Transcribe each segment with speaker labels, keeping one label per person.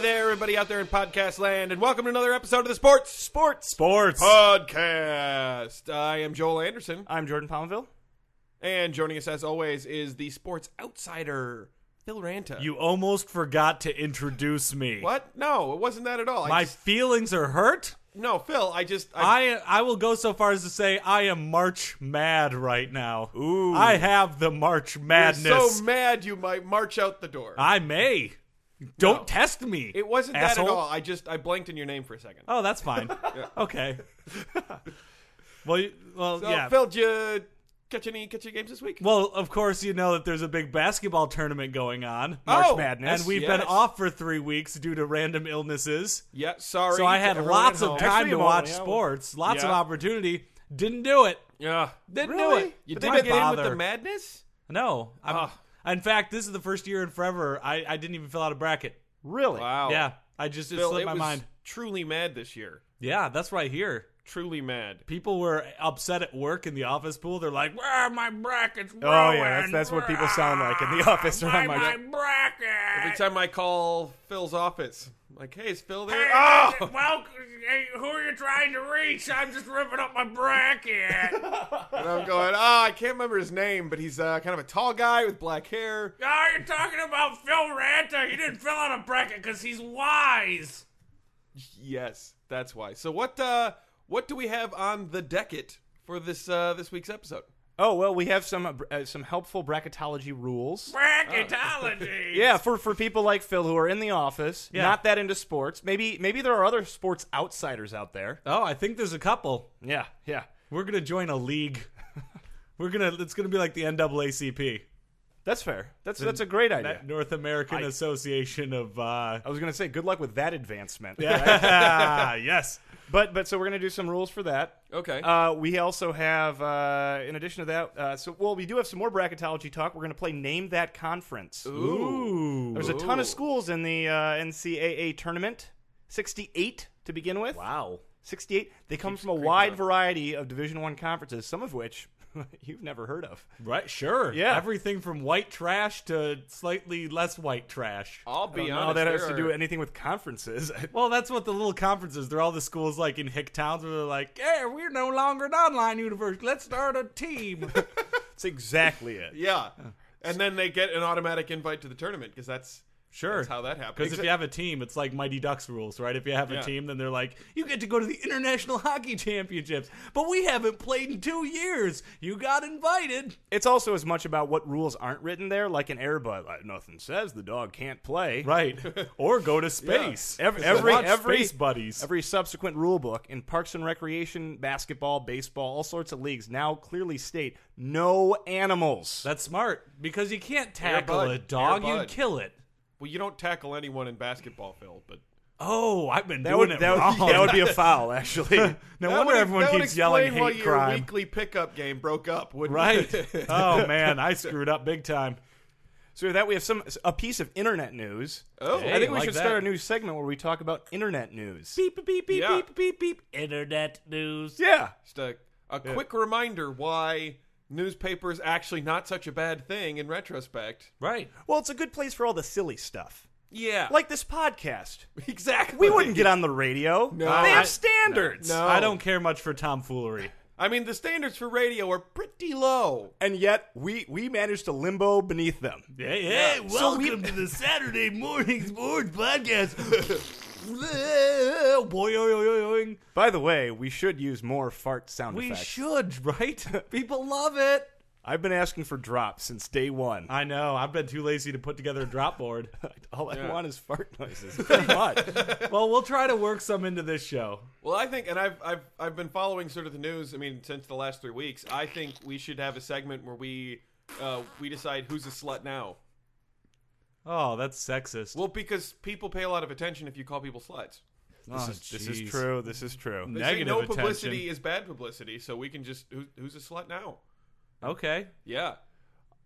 Speaker 1: there, everybody out there in podcast land, and welcome to another episode of the Sports Sports
Speaker 2: Sports.
Speaker 1: Podcast. I am Joel Anderson,
Speaker 2: I'm Jordan Palmville.
Speaker 1: and joining us as always is the sports outsider, Phil Ranta.
Speaker 2: You almost forgot to introduce me.
Speaker 1: what? No, it wasn't that at all. I
Speaker 2: My
Speaker 1: just,
Speaker 2: feelings are hurt.
Speaker 1: no, Phil. I just I,
Speaker 2: I I will go so far as to say I am March mad right now.
Speaker 1: Ooh.
Speaker 2: I have the March
Speaker 1: am
Speaker 2: madness.
Speaker 1: so mad you might march out the door.
Speaker 2: I may. Don't
Speaker 1: No.
Speaker 2: test me.
Speaker 1: it wasn't
Speaker 2: asshole.
Speaker 1: that at all. I just I blanked in your name for a second.
Speaker 2: Oh, that's fine. Okay. well, you, well,
Speaker 1: so,
Speaker 2: yeah.
Speaker 1: Phil, did you catch any catch any games this week?
Speaker 2: Well, of course, you know that there's a big basketball tournament going on,
Speaker 1: March
Speaker 3: Oh, Madness.
Speaker 2: and we've
Speaker 1: yes.
Speaker 2: been off for three weeks due to random illnesses.
Speaker 1: yeah, sorry.
Speaker 2: So I
Speaker 1: to
Speaker 2: had
Speaker 1: everyone at
Speaker 2: lots of
Speaker 1: home.
Speaker 2: time
Speaker 3: Actually,
Speaker 2: to
Speaker 3: well,
Speaker 2: watch
Speaker 3: yeah.
Speaker 2: sports, lots of
Speaker 1: Yeah.
Speaker 2: opportunity. Didn't do it.
Speaker 1: Yeah,
Speaker 2: Didn't
Speaker 1: really?
Speaker 2: do it.
Speaker 1: You
Speaker 2: But
Speaker 1: didn't
Speaker 2: why
Speaker 1: get in with
Speaker 2: bother?
Speaker 1: the madness.
Speaker 2: No. I'm,
Speaker 3: Ah.
Speaker 1: Ugh.
Speaker 2: In fact, this is the first year in forever I, I didn't even fill out a bracket.
Speaker 3: Really?
Speaker 1: Wow.
Speaker 2: Yeah, I just it
Speaker 1: Phil,
Speaker 2: slipped
Speaker 1: it
Speaker 2: my
Speaker 1: was
Speaker 2: mind.
Speaker 1: truly mad this year.
Speaker 2: Yeah, that's right here.
Speaker 1: Truly mad.
Speaker 2: People were upset at work in the office pool. They're like, "Where are my brackets?
Speaker 3: Oh yeah, that's that's what people sound like in the office
Speaker 2: My,
Speaker 3: around my.
Speaker 2: my
Speaker 1: Every
Speaker 2: bracket."
Speaker 1: time I call Phil's office, I'm like, "Hey, is Phil there?" oh,
Speaker 2: Well, hey, who are you trying to reach? I'm just ripping up my bracket.
Speaker 1: and I'm going, "Ah, I can't remember his name, but he's uh, kind of a tall guy with black hair."
Speaker 2: Oh, you're talking about Phil Ranta. He didn't fill out a bracket because he's wise.
Speaker 1: Yes, that's why. So what? Uh, what do we have on the decket for this uh, this week's episode?
Speaker 3: Oh well, we have some uh, br- uh, some helpful bracketology rules.
Speaker 2: Bracketology.
Speaker 3: Oh. Yeah, for for people like Phil who are in the office,
Speaker 2: Yeah.
Speaker 3: not that into sports. Maybe maybe there are other sports outsiders out there.
Speaker 2: Oh, I think there's a couple.
Speaker 3: Yeah, yeah.
Speaker 2: We're gonna join a league. We're gonna. It's gonna be like the NAACP,
Speaker 3: That's fair. That's that's a great idea.
Speaker 2: that North American Association of. uh
Speaker 3: I was gonna say good luck with that advancement.
Speaker 2: Yes.
Speaker 3: But but so we're gonna do some rules for that.
Speaker 1: Okay.
Speaker 3: Uh, we also have, uh, in addition to that, uh, so well, we do have some more bracketology talk. We're going to play name that conference.
Speaker 2: Ooh.
Speaker 3: There's a ton
Speaker 1: Ooh.
Speaker 3: of schools in the uh, NCAA tournament, 68 to begin with.
Speaker 2: Wow.
Speaker 3: 68. They come from a
Speaker 1: creeping
Speaker 3: wide
Speaker 1: up.
Speaker 3: variety of Division One conferences, some of which you've never heard of.
Speaker 2: Right. Sure.
Speaker 3: Yeah.
Speaker 2: Everything from white trash to slightly less white trash.
Speaker 1: I'll be
Speaker 3: No,
Speaker 1: honest.
Speaker 3: that has
Speaker 1: there
Speaker 3: to do
Speaker 1: are-
Speaker 3: with anything with conferences.
Speaker 2: Well, that's what the little conferences. They're all the schools like in hick towns where they're like, "Hey, we're no longer an online university. Let's start a team."
Speaker 3: That's exactly it.
Speaker 1: Yeah. And then they get an automatic invite to the tournament because that's
Speaker 2: Sure.
Speaker 1: That's how that happens.
Speaker 2: Because if you have a team, it's like Mighty Ducks rules, right? If you have a
Speaker 1: Yeah.
Speaker 2: team, then they're like, you get to go to the International Hockey Championships, but we haven't played in two years. You got invited.
Speaker 3: It's also as much about what rules aren't written there, like an airbud. Like, nothing says the dog can't play.
Speaker 2: Right. or go to space.
Speaker 3: Every
Speaker 2: So
Speaker 3: every
Speaker 2: watch
Speaker 3: every
Speaker 2: Space Buddies.
Speaker 3: every subsequent rule book in Parks and Recreation, basketball, baseball, all sorts of leagues now clearly state no animals.
Speaker 2: That's smart because you can't tackle
Speaker 1: Bud.
Speaker 2: a dog,
Speaker 1: Air
Speaker 2: you
Speaker 1: Bud.
Speaker 2: kill it.
Speaker 1: well, you don't tackle anyone in basketball, Phil. But
Speaker 2: Oh, I've been
Speaker 3: That
Speaker 2: doing
Speaker 3: would
Speaker 2: it
Speaker 3: that
Speaker 2: wrong.
Speaker 3: would, that would be a foul, actually.
Speaker 2: no
Speaker 1: That
Speaker 2: wonder
Speaker 1: would-
Speaker 2: everyone
Speaker 1: that would
Speaker 2: keeps yelling
Speaker 1: explain why
Speaker 2: hate
Speaker 1: your
Speaker 2: crime.
Speaker 1: weekly pickup game broke up, wouldn't
Speaker 2: Right.
Speaker 1: it?
Speaker 2: oh man, I screwed up big time.
Speaker 3: so with that we have some a piece of internet news.
Speaker 1: Oh.
Speaker 3: I
Speaker 2: Hey,
Speaker 3: think we
Speaker 2: like
Speaker 3: should
Speaker 2: that.
Speaker 3: start a new segment where we talk about internet news.
Speaker 2: Beep beep beep
Speaker 1: Yeah.
Speaker 2: beep beep beep. Internet news.
Speaker 3: Yeah.
Speaker 1: Just a, a quick reminder why newspaper is actually not such a bad thing in retrospect.
Speaker 2: Right.
Speaker 3: Well, it's a good place for all the silly stuff,
Speaker 1: Yeah,
Speaker 3: like this podcast.
Speaker 1: exactly.
Speaker 3: We wouldn't get on the radio.
Speaker 1: No.
Speaker 3: they
Speaker 1: I-
Speaker 3: have standards.
Speaker 1: No,
Speaker 2: I don't care much for tomfoolery.
Speaker 1: I mean, the standards for radio are pretty low.
Speaker 3: And yet we we managed to limbo beneath them.
Speaker 2: Hey, hey,
Speaker 3: So we-
Speaker 2: to the Saturday Morning Sports Podcast. Boy, oy, oy, oy, oy.
Speaker 3: By the way, we should use more fart sound
Speaker 2: We
Speaker 3: effects.
Speaker 2: should, right? People love it.
Speaker 3: I've been asking for drops since day one.
Speaker 2: I know. I've been too lazy to put together a drop board.
Speaker 3: All I
Speaker 1: Yeah.
Speaker 3: want is fart noises. Pretty much.
Speaker 2: well, we'll try to work some into this show.
Speaker 1: Well, I think, and I've I've I've been following sort of the news. I mean, since the last three weeks, I think we should have a segment where we uh, we decide who's a slut now.
Speaker 2: Oh, that's sexist.
Speaker 1: Well, because people pay a lot of attention if you call people sluts.
Speaker 2: Oh,
Speaker 3: this, is, this is
Speaker 2: jeez.
Speaker 3: true. This is true.
Speaker 1: They say
Speaker 2: Negative
Speaker 1: no
Speaker 2: attention.
Speaker 1: publicity is bad publicity, so we can just who, who's a slut now?
Speaker 2: Okay.
Speaker 1: Yeah.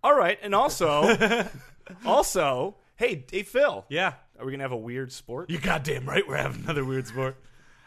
Speaker 3: All right, and also, also, hey, hey, Phil,
Speaker 2: Yeah.
Speaker 3: are we gonna have a weird sport?
Speaker 2: You goddamn right. We're having another weird sport.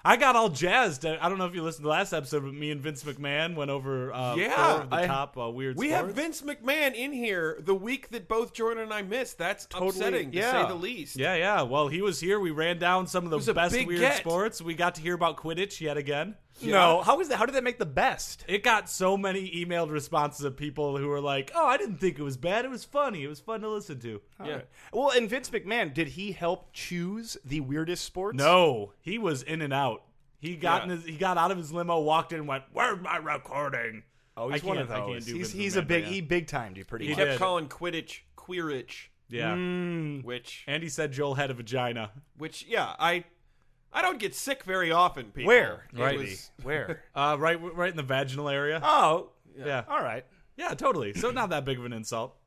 Speaker 2: I got all jazzed. I don't know if you listened to the last episode, but me and Vince McMahon went over uh,
Speaker 1: Yeah,
Speaker 2: four of the
Speaker 3: I-
Speaker 2: top uh, weird
Speaker 1: We
Speaker 2: sports.
Speaker 1: have Vince McMahon in here the week that both Jordan and I missed. That's upsetting, to
Speaker 3: yeah.
Speaker 1: say the least.
Speaker 2: Yeah, yeah. Well, he was here. We ran down some of
Speaker 1: was
Speaker 2: the
Speaker 1: a
Speaker 2: best
Speaker 1: big
Speaker 2: weird
Speaker 1: get.
Speaker 2: sports. We got to hear about Quidditch yet again.
Speaker 3: No, how is that? How did that make the best?
Speaker 2: It got so many emailed responses of people who were like, "Oh, I didn't think it was bad. It was funny. It was fun to listen to."
Speaker 1: Yeah.
Speaker 3: Alright. Well, and Vince McMahon, did he help choose the weirdest sports?
Speaker 2: No, he was in and out. He got
Speaker 1: Yeah.
Speaker 2: in his, he got out of his limo, walked in, and went, "Where's my recording?"
Speaker 3: Oh, he's
Speaker 2: I
Speaker 3: one of
Speaker 2: can't-
Speaker 3: those.
Speaker 2: I can't do
Speaker 3: he's
Speaker 2: Vince
Speaker 3: he's a
Speaker 2: McMahon,
Speaker 3: big
Speaker 2: yeah.
Speaker 3: he big timed you pretty
Speaker 2: He
Speaker 3: much.
Speaker 1: Kept
Speaker 2: did.
Speaker 1: calling Quidditch queerich,
Speaker 2: Yeah.
Speaker 1: which
Speaker 2: Mm. And he said Joel had a vagina.
Speaker 1: which yeah, I I don't get sick very often, people.
Speaker 3: Where?
Speaker 1: It
Speaker 2: Righty.
Speaker 1: was-
Speaker 3: Where?
Speaker 2: Uh, right, right in the vaginal area.
Speaker 3: oh,
Speaker 2: yeah,
Speaker 3: all right.
Speaker 2: yeah, totally. So not that big of an insult.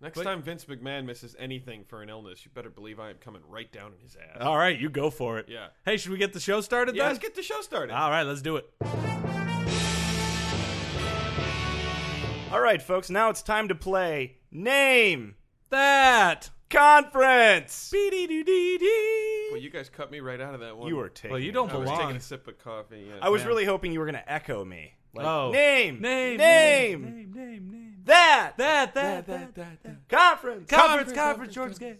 Speaker 1: next time Vince McMahon misses anything for an illness, you better believe I am coming right down in his
Speaker 3: Uh,
Speaker 1: ass.
Speaker 2: All right, you go for it.
Speaker 1: Yeah.
Speaker 2: Hey, should we get the show started?
Speaker 1: yeah,
Speaker 2: then?
Speaker 1: let's get the show started.
Speaker 3: Ah.
Speaker 2: All right, let's do it.
Speaker 3: All right, folks. Now it's time to play name
Speaker 2: That.
Speaker 3: conference.
Speaker 1: well, you guys cut me right out of that one.
Speaker 3: You were taking.
Speaker 2: Well, you
Speaker 3: it.
Speaker 2: don't
Speaker 1: I was taking
Speaker 2: belong.
Speaker 1: a sip of coffee. Yeah.
Speaker 3: I was
Speaker 2: Yeah.
Speaker 3: really hoping you were going to echo me. Like,
Speaker 2: Oh.
Speaker 3: name,
Speaker 2: Name,
Speaker 3: name,
Speaker 2: name, name, name.
Speaker 3: that,
Speaker 2: That, that, that, that, that.
Speaker 3: conference.
Speaker 2: Conference, conference, George's gay.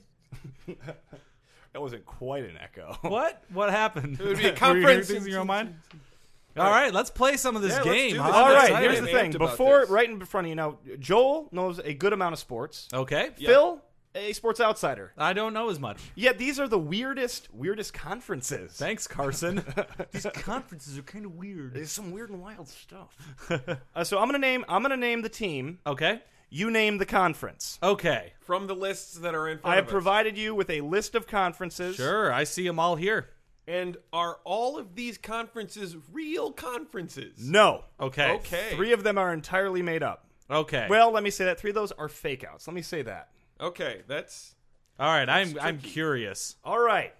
Speaker 3: That wasn't quite an echo.
Speaker 2: What? What
Speaker 1: would
Speaker 2: happened?
Speaker 1: be a
Speaker 2: Were you hearing
Speaker 1: conference.
Speaker 2: things in your own mind? All right, let's play some of this
Speaker 1: Yeah, let's
Speaker 2: game.
Speaker 1: do
Speaker 2: huh?
Speaker 1: this.
Speaker 3: All
Speaker 2: I'm
Speaker 3: right,
Speaker 2: excited.
Speaker 3: here's the
Speaker 1: I'm
Speaker 3: thing.
Speaker 1: amped about
Speaker 3: Before,
Speaker 1: this.
Speaker 3: right in front of you now, Joel knows a good amount of sports.
Speaker 1: Uh,
Speaker 2: Okay.
Speaker 3: Phil, a sports outsider.
Speaker 2: I don't know as much.
Speaker 3: Yet these are the weirdest, weirdest conferences.
Speaker 2: Thanks, Carson. These conferences are kind of weird.
Speaker 3: There's some weird and wild stuff. Uh, so I'm gonna name. I'm gonna name the team.
Speaker 2: Okay.
Speaker 3: You name the conference.
Speaker 2: Okay.
Speaker 1: From the lists that are in front
Speaker 3: I have
Speaker 1: of us.
Speaker 3: provided you with a list of conferences.
Speaker 2: Sure, I see them all here.
Speaker 1: and are all of these conferences real conferences?
Speaker 3: No.
Speaker 2: Okay.
Speaker 1: Okay.
Speaker 3: Three of them are entirely made up.
Speaker 2: Okay.
Speaker 3: Well, let me say that. Three of those are fake outs. Let me say that.
Speaker 1: Okay, that's
Speaker 2: all right. I'm I'm curious.
Speaker 3: All right.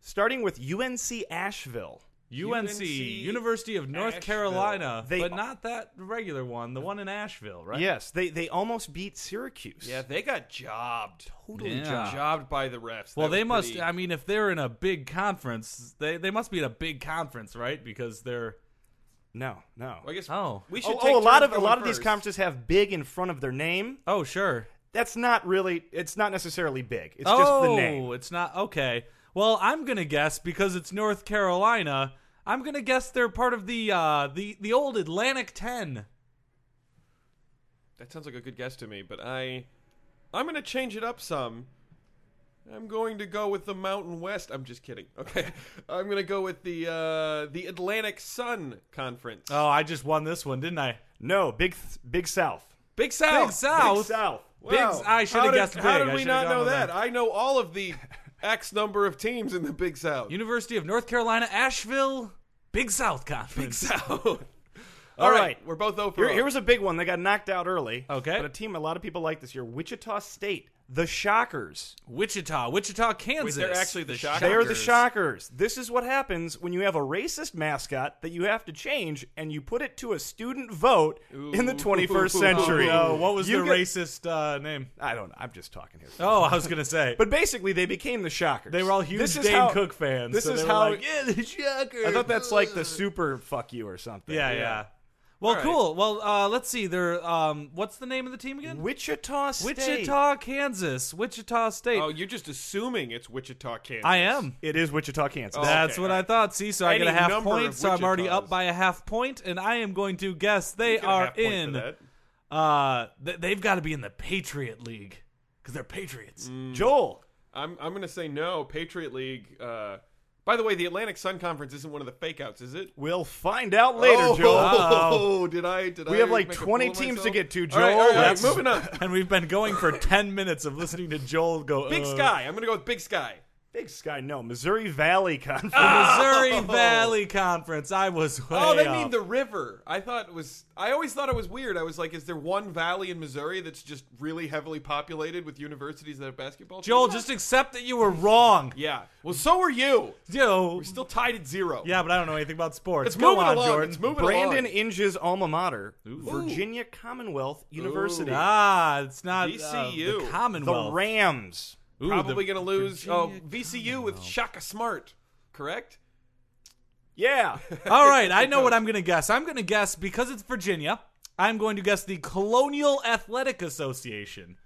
Speaker 3: Starting with UNC Asheville.
Speaker 2: UNC,
Speaker 1: UNC,
Speaker 2: University of North
Speaker 1: Asheville.
Speaker 2: Carolina,
Speaker 3: They-
Speaker 2: but not that regular one, the one in Asheville, right?
Speaker 3: Yes, they they almost beat Syracuse.
Speaker 1: yeah. They got jobbed,
Speaker 3: Totally
Speaker 2: Yeah.
Speaker 3: job.
Speaker 1: jobbed by the refs.
Speaker 2: Well,
Speaker 1: That
Speaker 2: they
Speaker 1: was
Speaker 2: must.
Speaker 1: pretty-
Speaker 2: I mean, if they're in a big conference, they they must be in a big conference, right? Because they're
Speaker 3: No, no.
Speaker 1: I guess
Speaker 2: Oh.
Speaker 1: we should
Speaker 3: Oh,
Speaker 1: take
Speaker 3: oh, a lot
Speaker 1: turns
Speaker 3: of a
Speaker 1: going
Speaker 3: lot of these
Speaker 1: first.
Speaker 3: conferences have big in front of their name.
Speaker 2: oh sure.
Speaker 3: That's not really. It's not necessarily big. It's just
Speaker 2: oh,
Speaker 3: the name.
Speaker 2: it's not okay. Well, I'm gonna guess because it's North Carolina. I'm gonna guess they're part of the uh, the the old Atlantic Ten.
Speaker 1: That sounds like a good guess to me, but I, I'm gonna change it up some. I'm going to go with the Mountain West. I'm just kidding. Okay, I'm gonna go with the uh, the Atlantic Sun Conference.
Speaker 2: Oh, I just won this one, didn't I?
Speaker 3: No, big Th- Big South.
Speaker 1: Big South.
Speaker 2: Big South.
Speaker 3: Big South.
Speaker 2: Bigs- I should've
Speaker 1: How did-
Speaker 2: guessed
Speaker 1: How
Speaker 2: big.
Speaker 1: did
Speaker 2: I
Speaker 1: we
Speaker 2: should've
Speaker 1: not
Speaker 2: gone
Speaker 1: know
Speaker 2: with
Speaker 1: that?
Speaker 2: that.
Speaker 1: I know all of the X number of teams in the Big South.
Speaker 2: University of North Carolina, Asheville, Big South Conference.
Speaker 1: South.
Speaker 3: All
Speaker 1: all
Speaker 3: right.
Speaker 1: right. we're both over.
Speaker 3: Here, here was a big one. They got knocked out early.
Speaker 2: Okay.
Speaker 3: But a team a lot of people like this year. Wichita State. The Shockers.
Speaker 2: Wichita, Wichita, Kansas.
Speaker 1: they're actually the Shockers.
Speaker 3: They're the Shockers. This is what happens when you have a racist mascot that you have to change and you put it to a student vote in the 21st century.
Speaker 2: Oh, what was
Speaker 3: You
Speaker 2: the
Speaker 3: get-
Speaker 2: racist uh, name?
Speaker 3: I don't know. I'm just talking here.
Speaker 2: Oh, I was gonna say.
Speaker 3: But basically, they became the Shockers.
Speaker 2: They were all huge
Speaker 3: This is
Speaker 2: Dane
Speaker 3: how-
Speaker 2: Cook fans.
Speaker 3: This
Speaker 2: so
Speaker 3: is
Speaker 2: they were
Speaker 3: how.
Speaker 2: like, yeah, the Shockers.
Speaker 3: I thought that's like the super fuck you or something.
Speaker 2: Yeah, yeah. Well,
Speaker 1: All right.
Speaker 2: cool. Well, uh, let's see. They're um, what's the name of the team again?
Speaker 3: Wichita State.
Speaker 2: Wichita, Kansas. Wichita State.
Speaker 1: Oh, you're just assuming it's Wichita, Kansas.
Speaker 2: I am.
Speaker 3: It is Wichita, Kansas.
Speaker 1: Oh.
Speaker 2: That's
Speaker 1: Okay,
Speaker 2: what
Speaker 1: all
Speaker 2: I thought. See, so I get a
Speaker 1: Any
Speaker 2: half
Speaker 1: number
Speaker 2: point,
Speaker 1: of
Speaker 2: so I'm already
Speaker 1: Wichitas.
Speaker 2: up by a half point, and I am going to guess they
Speaker 1: You get a
Speaker 2: are
Speaker 1: half point for
Speaker 2: in.
Speaker 1: that.
Speaker 2: Uh, th- they've got to be in the Patriot League because they're Patriots.
Speaker 1: Mm.
Speaker 3: Joel.
Speaker 1: I'm I'm gonna say no. Patriot League. Uh, by the way, the Atlantic Sun Conference isn't one of the fake outs, is it?
Speaker 3: We'll find out later,
Speaker 1: oh,
Speaker 3: Joel.
Speaker 1: did I? Did
Speaker 3: We
Speaker 1: I
Speaker 3: have, like,
Speaker 1: make a
Speaker 3: 20
Speaker 1: fool of
Speaker 3: teams
Speaker 1: myself?
Speaker 3: to get to,
Speaker 1: All right,
Speaker 3: Joel.
Speaker 1: all right, all right,
Speaker 3: That's-
Speaker 1: moving on.
Speaker 2: And we've been going for ten minutes of listening to Joel go.
Speaker 1: Big
Speaker 2: uh,
Speaker 1: Sky. I'm gonna go with Big Sky.
Speaker 3: Big Sky, no. Missouri Valley Conference.
Speaker 2: Ah. Missouri Valley Conference. I was.
Speaker 1: Oh,
Speaker 2: way
Speaker 1: they mean
Speaker 2: off.
Speaker 1: the river. I thought it was. I always thought it was weird. I was like, is there one valley in Missouri that's just really heavily populated with universities that have basketball?
Speaker 2: Joel.
Speaker 1: teams?
Speaker 2: Just accept that you were wrong.
Speaker 1: yeah. Well, so are you.
Speaker 2: You know,
Speaker 1: We're still tied at zero.
Speaker 2: Yeah, but I don't know anything about sports.
Speaker 1: It's
Speaker 2: Go
Speaker 1: moving
Speaker 2: on,
Speaker 1: along.
Speaker 2: Jordan.
Speaker 1: It's moving
Speaker 3: Brandon
Speaker 1: along.
Speaker 3: Inge's alma mater, Virginia Commonwealth University.
Speaker 2: Ah, it's not uh,
Speaker 1: VCU.
Speaker 2: the
Speaker 1: The
Speaker 3: The
Speaker 2: Commonwealth.
Speaker 3: Rams.
Speaker 2: Ooh,
Speaker 1: Probably
Speaker 2: the-
Speaker 1: gonna lose.
Speaker 2: Virginia
Speaker 1: oh, VCU with Shaka Smart. Correct.
Speaker 3: Yeah.
Speaker 2: All right, I know what I'm going to guess. I'm going to guess because it's Virginia. I'm going to guess the Colonial Athletic Association.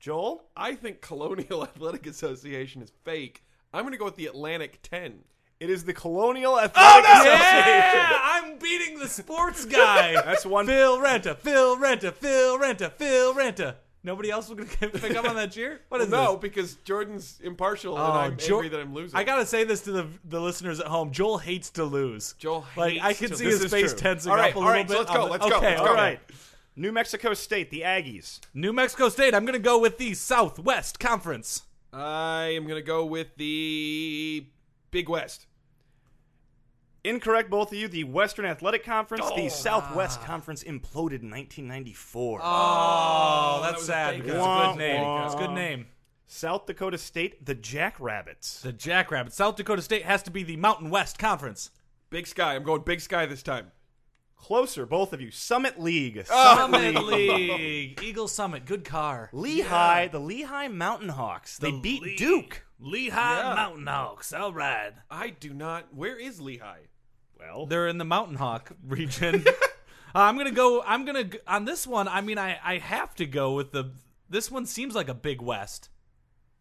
Speaker 3: Joel?
Speaker 1: I think Colonial Athletic Association is fake. I'm going to go with the Atlantic 10.
Speaker 3: It is the
Speaker 2: Oh,
Speaker 3: Colonial Athletic Association.
Speaker 2: Yeah, I'm beating the sports guy.
Speaker 3: That's one-
Speaker 2: Phil Renta, Phil Renta, Phil Renta, Phil Renta. Nobody else was going to pick up on that cheer. What is
Speaker 1: No,
Speaker 2: this?
Speaker 1: because Jordan's impartial
Speaker 2: Oh,
Speaker 1: and I'm
Speaker 2: Jo-
Speaker 1: angry that I'm losing.
Speaker 2: I gotta say this to the the listeners at home. Joel hates to lose.
Speaker 1: Joel
Speaker 2: like I
Speaker 1: hates
Speaker 2: can
Speaker 1: to
Speaker 2: see
Speaker 1: lose.
Speaker 2: his
Speaker 3: This is
Speaker 2: face
Speaker 3: true.
Speaker 2: tensing
Speaker 1: All right,
Speaker 2: up a
Speaker 1: all
Speaker 2: little
Speaker 1: right, so
Speaker 2: bit.
Speaker 1: let's go,
Speaker 2: on the-
Speaker 1: let's go,
Speaker 2: okay,
Speaker 1: let's go.
Speaker 2: all
Speaker 3: All
Speaker 2: right.
Speaker 3: right. New Mexico State, the Aggies.
Speaker 2: New Mexico State. I'm gonna go with the Southwest Conference.
Speaker 1: I am going to go with the Big West.
Speaker 3: Incorrect, both of you. The Western Athletic Conference,
Speaker 1: Oh.
Speaker 3: the Southwest Conference imploded in 1994.
Speaker 2: Oh,
Speaker 1: that
Speaker 2: that's
Speaker 1: was a
Speaker 2: sad.
Speaker 1: fake
Speaker 2: because It's a
Speaker 3: out.
Speaker 2: good name.
Speaker 3: Wah,
Speaker 2: It's a good name.
Speaker 3: South Dakota State, the Jackrabbits.
Speaker 2: The Jackrabbits. South Dakota State has to be the Mountain West Conference.
Speaker 1: Big Sky. I'm going Big Sky this time.
Speaker 3: Closer, both of you. Summit League.
Speaker 2: Oh. Summit League. Eagle Summit. Good car.
Speaker 3: Lehigh, the Lehigh Mountain Hawks. They beat
Speaker 2: Lee-
Speaker 3: Duke.
Speaker 2: Lehigh
Speaker 1: Yeah.
Speaker 2: Mountain Hawks. All right.
Speaker 1: I do not. Where is Lehigh?
Speaker 3: Well,
Speaker 2: They're in the Mountain Hawk region. Uh, I'm gonna go. I'm gonna g- on this one. I mean, I I have to go with the. This one seems like a Big West.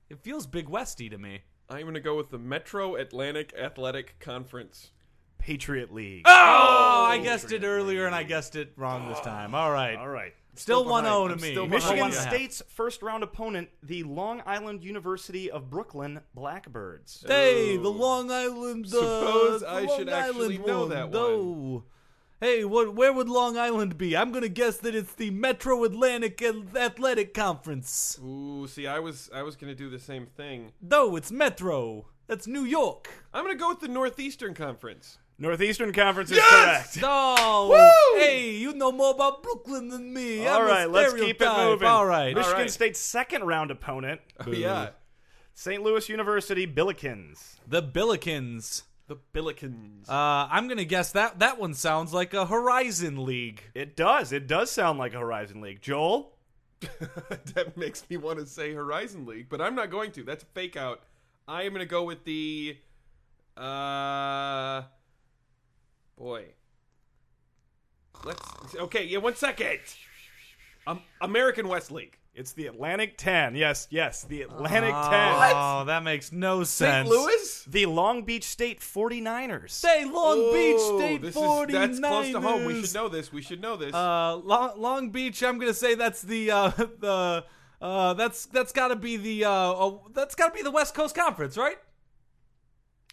Speaker 2: It feels Big Westy to me.
Speaker 1: I'm going to go with the Metro Atlantic Athletic Conference.
Speaker 3: Patriot League.
Speaker 2: Oh, I guessed it earlier and I guessed it wrong this time. All right,
Speaker 3: All right.
Speaker 2: still one
Speaker 1: behind.
Speaker 2: zero to
Speaker 1: I'm
Speaker 2: me.
Speaker 1: still behind.
Speaker 2: Still
Speaker 3: Michigan
Speaker 2: one and a half.
Speaker 3: State's first round opponent, the Long Island University of Brooklyn Blackbirds.
Speaker 2: Hey, the Long Island. Uh,
Speaker 1: Oh. Suppose
Speaker 2: the
Speaker 1: I
Speaker 2: Long
Speaker 1: should actually
Speaker 2: Island
Speaker 1: know
Speaker 2: one,
Speaker 1: that one.
Speaker 2: though. Hey, what? Where would Long Island be? I'm gonna guess that it's the Metro Atlantic Athletic Conference.
Speaker 1: Ooh, see, I was I was going to do the same thing.
Speaker 2: No, it's Metro. That's New York.
Speaker 1: I'm going to go with the Northeastern Conference.
Speaker 3: Northeastern Conference is correct.
Speaker 2: Oh, hey, you know more about Brooklyn than me.
Speaker 3: All
Speaker 2: I'm a
Speaker 3: right, let's keep it
Speaker 2: stereotype.
Speaker 3: moving.
Speaker 2: All right.
Speaker 3: Michigan
Speaker 1: right.
Speaker 3: State's second round opponent,
Speaker 1: yeah.
Speaker 3: St. Louis University Billikens.
Speaker 2: The Billikens.
Speaker 1: The Billikens.
Speaker 2: Uh, I'm gonna guess that that one sounds like a Horizon League.
Speaker 3: It does. It does sound like a Horizon League. Joel?
Speaker 1: that makes me want to say Horizon League, but I'm not going to. That's a fake out. I am going to go with the. Uh. Boy. Let's. Okay, yeah, one second. Um, American West League.
Speaker 3: It's the Atlantic 10. Yes, yes, the Atlantic
Speaker 2: Oh, that makes no
Speaker 1: St.
Speaker 2: sense.
Speaker 1: Louis?
Speaker 3: 10. The Long Beach State 49ers.
Speaker 2: Say Long
Speaker 1: Oh,
Speaker 2: Beach State
Speaker 1: this is-
Speaker 2: 49ers.
Speaker 1: That's close to home. We should know this. We should know this.
Speaker 2: Uh, Long, Long Beach. I'm gonna say that's the uh, the uh, that's that's gotta be the uh, uh, that's gotta be the West Coast Conference, right?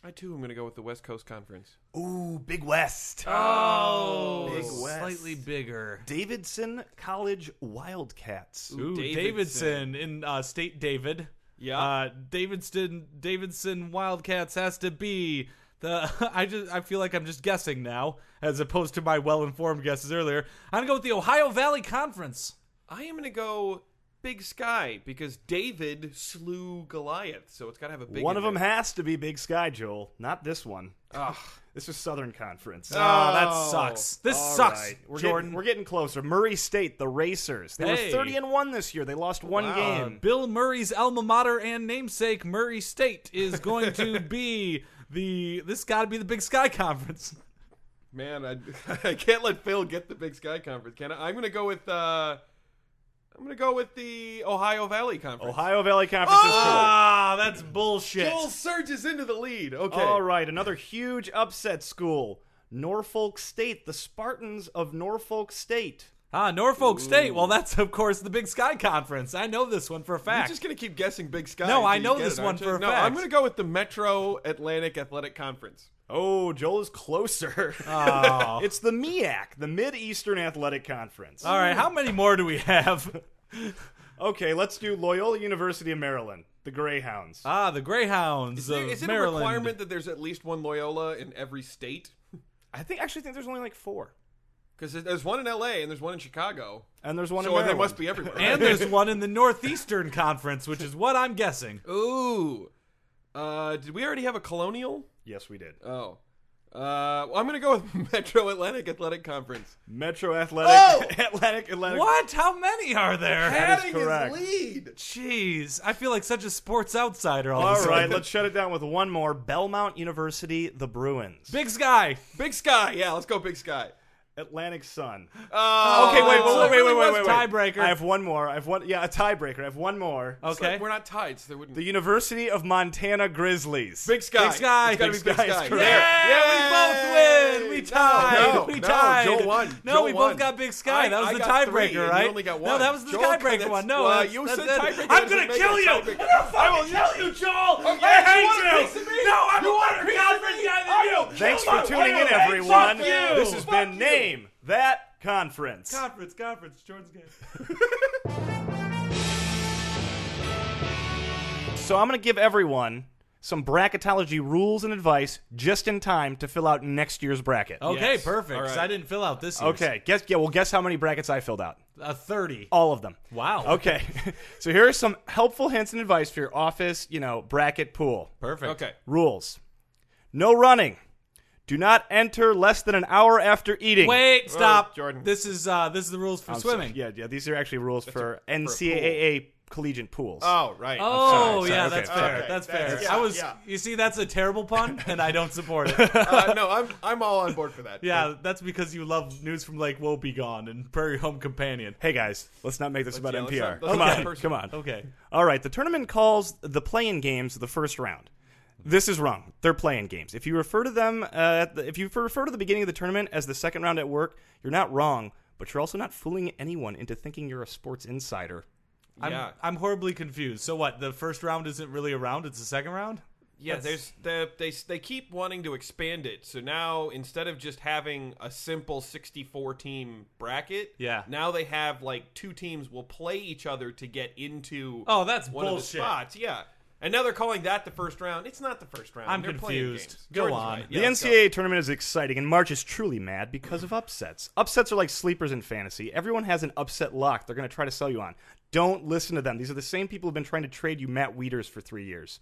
Speaker 1: I too am going to go with the West Coast Conference.
Speaker 3: Ooh, Big West.
Speaker 2: Oh,
Speaker 3: Big West.
Speaker 2: slightly bigger.
Speaker 3: Davidson College Wildcats.
Speaker 1: Ooh,
Speaker 2: Ooh,
Speaker 1: Davidson.
Speaker 2: Davidson, in uh, State David.
Speaker 1: Yeah.
Speaker 2: Uh, Davidson Davidson Wildcats has to be the. I just I feel like I'm just guessing now, as opposed to my well-informed guesses earlier. I'm gonna go with the Ohio Valley Conference.
Speaker 1: I am going to go Big Sky because David slew Goliath, so it's got to have a big.
Speaker 3: one
Speaker 1: in
Speaker 3: of them
Speaker 1: there.
Speaker 3: has to be Big Sky, Joel. Not this one.
Speaker 1: Ugh.
Speaker 3: This is Southern Conference.
Speaker 2: Oh, that
Speaker 1: Oh,
Speaker 2: sucks. This
Speaker 3: All
Speaker 2: sucks,
Speaker 3: right. We're
Speaker 2: Jordan.
Speaker 3: Getting, we're getting closer. Murray State, the Racers. They
Speaker 2: Hey.
Speaker 3: were 30 and 1 this year. They lost one
Speaker 1: Wow.
Speaker 2: Uh,
Speaker 3: game.
Speaker 2: Bill Murray's alma mater and namesake, Murray State, is going to be the. This got to be the Big Sky Conference.
Speaker 1: Man, I, I can't let Phil get the Big Sky Conference, can I? I'm going to go with uh, I'm going to go with the Ohio Valley Conference.
Speaker 3: Ohio Valley Conference is correct.
Speaker 2: Ah, that's bullshit.
Speaker 1: Joel surges into the lead. Okay.
Speaker 3: All right, another huge upset school. Norfolk State, the Spartans of Norfolk State.
Speaker 2: Ah, Norfolk State. Well, that's of course the Big Sky Conference. I know this one for a
Speaker 1: You're
Speaker 2: fact.
Speaker 1: just going to keep guessing Big Sky. until
Speaker 2: No, I
Speaker 1: you
Speaker 2: know
Speaker 1: get
Speaker 2: this
Speaker 1: it,
Speaker 2: one
Speaker 1: aren't you?
Speaker 2: for a
Speaker 1: No,
Speaker 2: fact.
Speaker 1: I'm going to go with the Metro Atlantic Athletic Conference.
Speaker 3: Oh, Joel is closer.
Speaker 2: Oh.
Speaker 3: it's the MEAC, the Mid Eastern Athletic Conference.
Speaker 2: All right, how many more do we have?
Speaker 3: Okay, let's do Loyola University of Maryland, the Greyhounds.
Speaker 2: Ah, the Greyhounds
Speaker 1: Is, there,
Speaker 2: of
Speaker 1: is it
Speaker 2: Maryland.
Speaker 1: a requirement that there's at least one Loyola in every state?
Speaker 3: I think actually think there's only like four,
Speaker 1: Because there's one in L.A. and there's one in Chicago.
Speaker 3: and there's one in
Speaker 1: So they
Speaker 3: Maryland.
Speaker 1: must be everywhere.
Speaker 2: and there's one in the Northeastern Conference, which is what I'm guessing.
Speaker 1: Ooh. Uh, did we already have a colonial?
Speaker 3: yes, we did.
Speaker 1: Oh. Uh, well, I'm going to go with Metro Atlantic Athletic Conference.
Speaker 3: Metro Athletic,
Speaker 1: Oh!
Speaker 3: Atlantic, Atlantic.
Speaker 2: What? How many are there?
Speaker 3: That is
Speaker 1: Adding
Speaker 3: correct.
Speaker 1: his lead.
Speaker 2: Jeez, I feel like such a sports outsider. All, of
Speaker 3: All
Speaker 2: a
Speaker 3: right,
Speaker 2: sudden.
Speaker 3: let's shut it down with one more. Belmont University, the Bruins.
Speaker 2: Big Sky.
Speaker 1: Big Sky. Yeah, let's go Big Sky.
Speaker 3: Atlantic Sun.
Speaker 1: Oh,
Speaker 3: okay, wait,
Speaker 2: so
Speaker 3: wait,
Speaker 2: it
Speaker 3: wait,
Speaker 2: really
Speaker 3: wait, wait,
Speaker 2: was
Speaker 3: wait, wait.
Speaker 2: tiebreaker.
Speaker 3: I have one more. I have one. Yeah, a tiebreaker. I have one more.
Speaker 1: It's like
Speaker 2: Okay.
Speaker 1: we're not tied, so there wouldn't.
Speaker 3: The University of Montana Grizzlies.
Speaker 1: Big Sky.
Speaker 2: Big Sky.
Speaker 1: It's gotta be
Speaker 3: Big
Speaker 1: Big
Speaker 3: Sky is
Speaker 1: Sky.
Speaker 3: correct.
Speaker 2: yeah,
Speaker 1: Yay!
Speaker 2: we both win. We
Speaker 1: No,
Speaker 2: tied.
Speaker 1: no,
Speaker 2: we
Speaker 1: no,
Speaker 2: tied.
Speaker 1: Joe won.
Speaker 2: No,
Speaker 1: Joe
Speaker 2: we
Speaker 1: won.
Speaker 2: both got Big Sky.
Speaker 1: I-
Speaker 2: that was
Speaker 1: I
Speaker 2: the
Speaker 1: got three, and you
Speaker 2: tiebreaker, right?
Speaker 1: only got
Speaker 2: No,
Speaker 1: one.
Speaker 2: that was the
Speaker 1: Joel,
Speaker 2: tiebreaker
Speaker 1: that's-
Speaker 2: one. No,
Speaker 1: well,
Speaker 2: that's-
Speaker 1: you
Speaker 2: that's
Speaker 1: said
Speaker 2: it.
Speaker 1: tiebreaker,
Speaker 2: I'm
Speaker 1: doesn't
Speaker 2: gonna
Speaker 1: make it
Speaker 2: kill
Speaker 1: a
Speaker 2: you. I'm
Speaker 1: tiebreaker.
Speaker 2: gonna fucking kill you, Joel.
Speaker 1: Okay,
Speaker 2: I
Speaker 1: you want a
Speaker 2: hate
Speaker 1: piece
Speaker 2: you.
Speaker 1: of me?
Speaker 2: No, I'm
Speaker 1: You
Speaker 2: a
Speaker 1: want a
Speaker 2: better
Speaker 1: piece of
Speaker 2: conference
Speaker 1: me?
Speaker 2: guy
Speaker 1: I
Speaker 2: than
Speaker 1: don't-
Speaker 2: you.
Speaker 3: Thanks
Speaker 2: Kill
Speaker 3: for
Speaker 2: my
Speaker 3: tuning
Speaker 2: whale.
Speaker 3: in, everyone.
Speaker 2: Fuck you.
Speaker 3: This has
Speaker 1: Fuck
Speaker 3: been
Speaker 1: you.
Speaker 3: Name That Conference.
Speaker 2: conference. Conference. Jordan's game.
Speaker 3: So I'm going to give everyone some bracketology rules and advice just in time to fill out next year's bracket.
Speaker 2: Okay,
Speaker 1: Yes.
Speaker 2: perfect.
Speaker 1: All
Speaker 2: 'cause
Speaker 1: right.
Speaker 2: I didn't fill out this. year's.
Speaker 3: Okay. Guess yeah, well guess how many brackets I filled out.
Speaker 2: a thirty.
Speaker 3: All of them.
Speaker 2: Wow.
Speaker 3: Okay. so here are some helpful hints and advice for your office, you know, bracket pool.
Speaker 2: Perfect.
Speaker 1: Okay.
Speaker 3: Rules. No running. Do not enter less than an hour after eating.
Speaker 2: Wait, stop,
Speaker 1: Jordan.
Speaker 2: This is uh, this is the rules for
Speaker 3: I'm sorry.
Speaker 2: swimming.
Speaker 3: Yeah, yeah, these are actually rules for NCAA collegiate pools.
Speaker 1: Oh, right.
Speaker 2: Oh
Speaker 3: sorry,
Speaker 2: yeah,
Speaker 3: okay,
Speaker 2: that's
Speaker 3: sorry.
Speaker 2: fair.
Speaker 1: Okay,
Speaker 2: That's fair.
Speaker 1: that's- yeah,
Speaker 2: I was.
Speaker 1: yeah.
Speaker 2: You see, that's a terrible pun, and I don't support it.
Speaker 1: uh, no, I'm I'm all on board for that.
Speaker 2: Yeah, that's because you love news from Lake Wobegon and Prairie Home Companion.
Speaker 3: Hey guys, let's not make this about
Speaker 1: yeah, let's
Speaker 3: NPR.
Speaker 1: not- let's
Speaker 3: come
Speaker 1: not
Speaker 3: on,
Speaker 1: personal.
Speaker 3: come on.
Speaker 2: Okay.
Speaker 3: All right, the tournament calls the playing games the first round. This is wrong. They're playing games. If you refer to them, uh, at the, if you refer to the beginning of the tournament as the second round at work, you're not wrong, but you're also not fooling anyone into thinking you're a sports insider.
Speaker 2: I'm,
Speaker 4: Yeah.
Speaker 2: I'm horribly confused. So what? The first round isn't really a round; it's the second round.
Speaker 1: Yeah, there's the they they keep wanting to expand it. So now instead of just having a simple 64 team bracket,
Speaker 2: Yeah.
Speaker 1: now they have like two teams will play each other to get into
Speaker 2: Oh, that's
Speaker 1: one of the
Speaker 2: bullshit.
Speaker 1: spots. Yeah. And now they're calling that the first round. It's not the first round.
Speaker 2: I'm
Speaker 1: They're playing
Speaker 2: confused.
Speaker 1: games.
Speaker 2: Go
Speaker 1: Jordan's
Speaker 2: on.
Speaker 1: right.
Speaker 3: The
Speaker 1: Yeah, let's go.
Speaker 3: NCAA tournament is exciting, and March is truly mad because of upsets. Upsets are like sleepers in fantasy. Everyone has an upset lock they're going to try to sell you on. Don't listen to them. These are the same people who've been trying to trade you Matt Wieters for three years.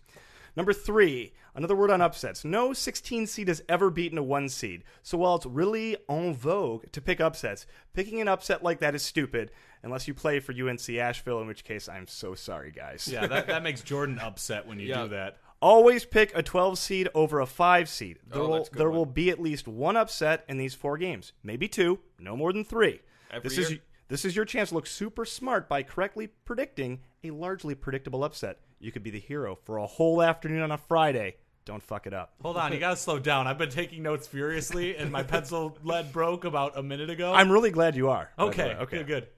Speaker 3: Number three, another word on upsets. No 16 seed has ever beaten a 1 seed. So while it's really en vogue to pick upsets, picking an upset like that is stupid unless you play for UNC Asheville, in which case I'm so sorry, guys.
Speaker 2: Yeah, that, that makes Jordan upset when you
Speaker 1: Yeah.
Speaker 2: do that.
Speaker 3: Always pick a 12 seed over a 5 seed. There,
Speaker 1: Oh,
Speaker 3: will,
Speaker 1: that's a good
Speaker 3: there
Speaker 1: one.
Speaker 3: will be at least one upset in these four games, maybe two, no more than three.
Speaker 1: Every
Speaker 3: this is
Speaker 1: year?
Speaker 3: this is your chance to look super smart by correctly predicting a largely predictable upset. You could be the hero for a whole afternoon on a Friday. Don't fuck it up.
Speaker 1: Oh.
Speaker 2: Hold on, you gotta slow down. I've been taking notes furiously, and my pencil lead broke about a minute ago.
Speaker 3: I'm really glad you are. by the
Speaker 2: okay.
Speaker 3: way. Okay.
Speaker 2: Good. Good.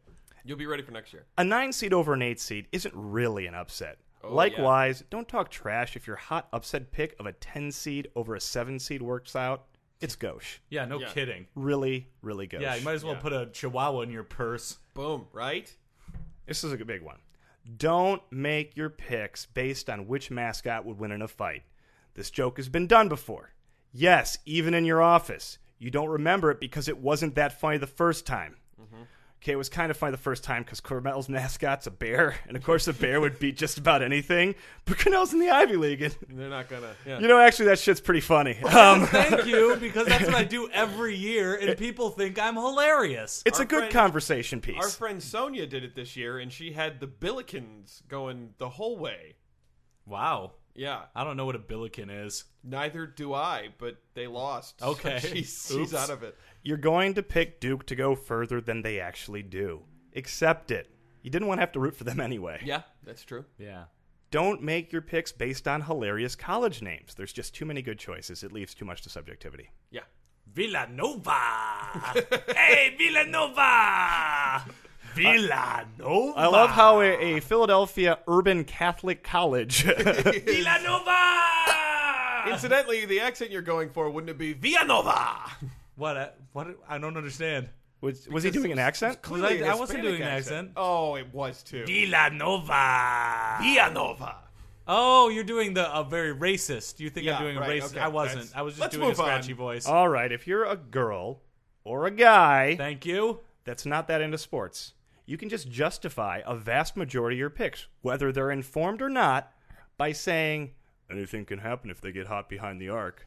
Speaker 1: You'll be ready for next year.
Speaker 3: A nine seed over an eight seed isn't really an upset.
Speaker 1: Oh,
Speaker 3: Likewise, don't talk trash if your hot upset pick of a 10 seed over a 7 seed works out. It's gauche.
Speaker 2: Yeah. No
Speaker 1: Yeah.
Speaker 2: kidding.
Speaker 3: Really, really gauche.
Speaker 2: Yeah, you might as well put a chihuahua in your purse.
Speaker 1: Boom, right?
Speaker 3: This is a big one. Don't make your picks based on which mascot would win in a fight. This joke has been done before. Yes, even in your office. You don't remember it because it wasn't that funny the first time.
Speaker 1: Mm-hmm.
Speaker 3: Okay, it was kind of funny the first time because Cornell's mascot's a bear, and of course a bear would beat just about anything. But Cornell's in the Ivy League, and
Speaker 1: They're not gonna. Yeah.
Speaker 3: you know actually that shit's pretty funny. Um,
Speaker 2: Thank you, because that's what I do every year, and people think I'm hilarious.
Speaker 3: it's
Speaker 1: Our
Speaker 3: a good
Speaker 1: friend-
Speaker 3: conversation piece.
Speaker 1: Our friend Sonia did it this year, and she had the Billikens going the whole way.
Speaker 2: Wow.
Speaker 1: Yeah,
Speaker 2: I don't know what a billiken is.
Speaker 1: neither do I, but they lost. so
Speaker 2: Okay.
Speaker 1: she's,
Speaker 2: Oops.
Speaker 1: she's out of it.
Speaker 3: You're going to pick Duke to go further than they actually do. Accept it. You didn't want to have to root for them anyway.
Speaker 1: Yeah, that's true.
Speaker 2: Yeah.
Speaker 3: Don't make your picks based on hilarious college names. There's just too many good choices. It leaves too much to subjectivity.
Speaker 1: Yeah.
Speaker 2: Villanova. hey, Villanova. Villanova.
Speaker 3: I love how a, a Philadelphia urban Catholic college.
Speaker 2: Villanova.
Speaker 1: Incidentally, the accent you're going for wouldn't it be Villanova?
Speaker 2: what? uh, What? I don't understand.
Speaker 3: was, was he doing an accent?
Speaker 1: Clearly
Speaker 2: I-
Speaker 1: a
Speaker 2: I wasn't
Speaker 1: Hispanic
Speaker 2: doing an accent.
Speaker 1: Oh, it was too.
Speaker 2: Villanova.
Speaker 1: Villanova.
Speaker 2: Oh, you're doing the uh, very racist. You think
Speaker 1: Yeah,
Speaker 2: I'm doing
Speaker 1: right,
Speaker 2: a racist?
Speaker 1: okay,
Speaker 2: I wasn't.
Speaker 1: that's-
Speaker 2: I was just
Speaker 1: let's
Speaker 2: doing a
Speaker 1: move on. Oh.
Speaker 2: scratchy voice.
Speaker 3: All right, if you're a girl or a guy
Speaker 2: Thank you.
Speaker 3: that's not that into sports, you can just justify a vast majority of your picks, whether they're informed or not, by saying, anything can happen if they get hot behind the arc.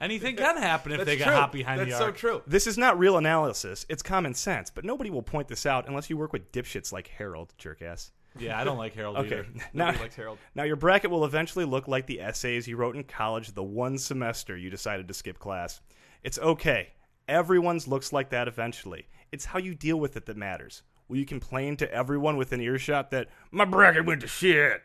Speaker 2: Anything can happen if
Speaker 1: That's
Speaker 2: they get
Speaker 1: true.
Speaker 2: hot behind
Speaker 1: That's
Speaker 2: the
Speaker 1: so
Speaker 2: arc.
Speaker 1: true.
Speaker 3: This is not real analysis. It's common sense, but nobody will point this out unless you work with dipshits like Harold, jerkass.
Speaker 2: Yeah, I don't like Harold
Speaker 3: Okay.
Speaker 2: either.
Speaker 3: Now,
Speaker 1: Nobody likes Harold.
Speaker 3: now your bracket will eventually look like the essays you wrote in college the one semester you decided to skip class. It's okay. Everyone's looks like that eventually. It's how you deal with it that matters. Will you complain to everyone within earshot that my bracket went to shit?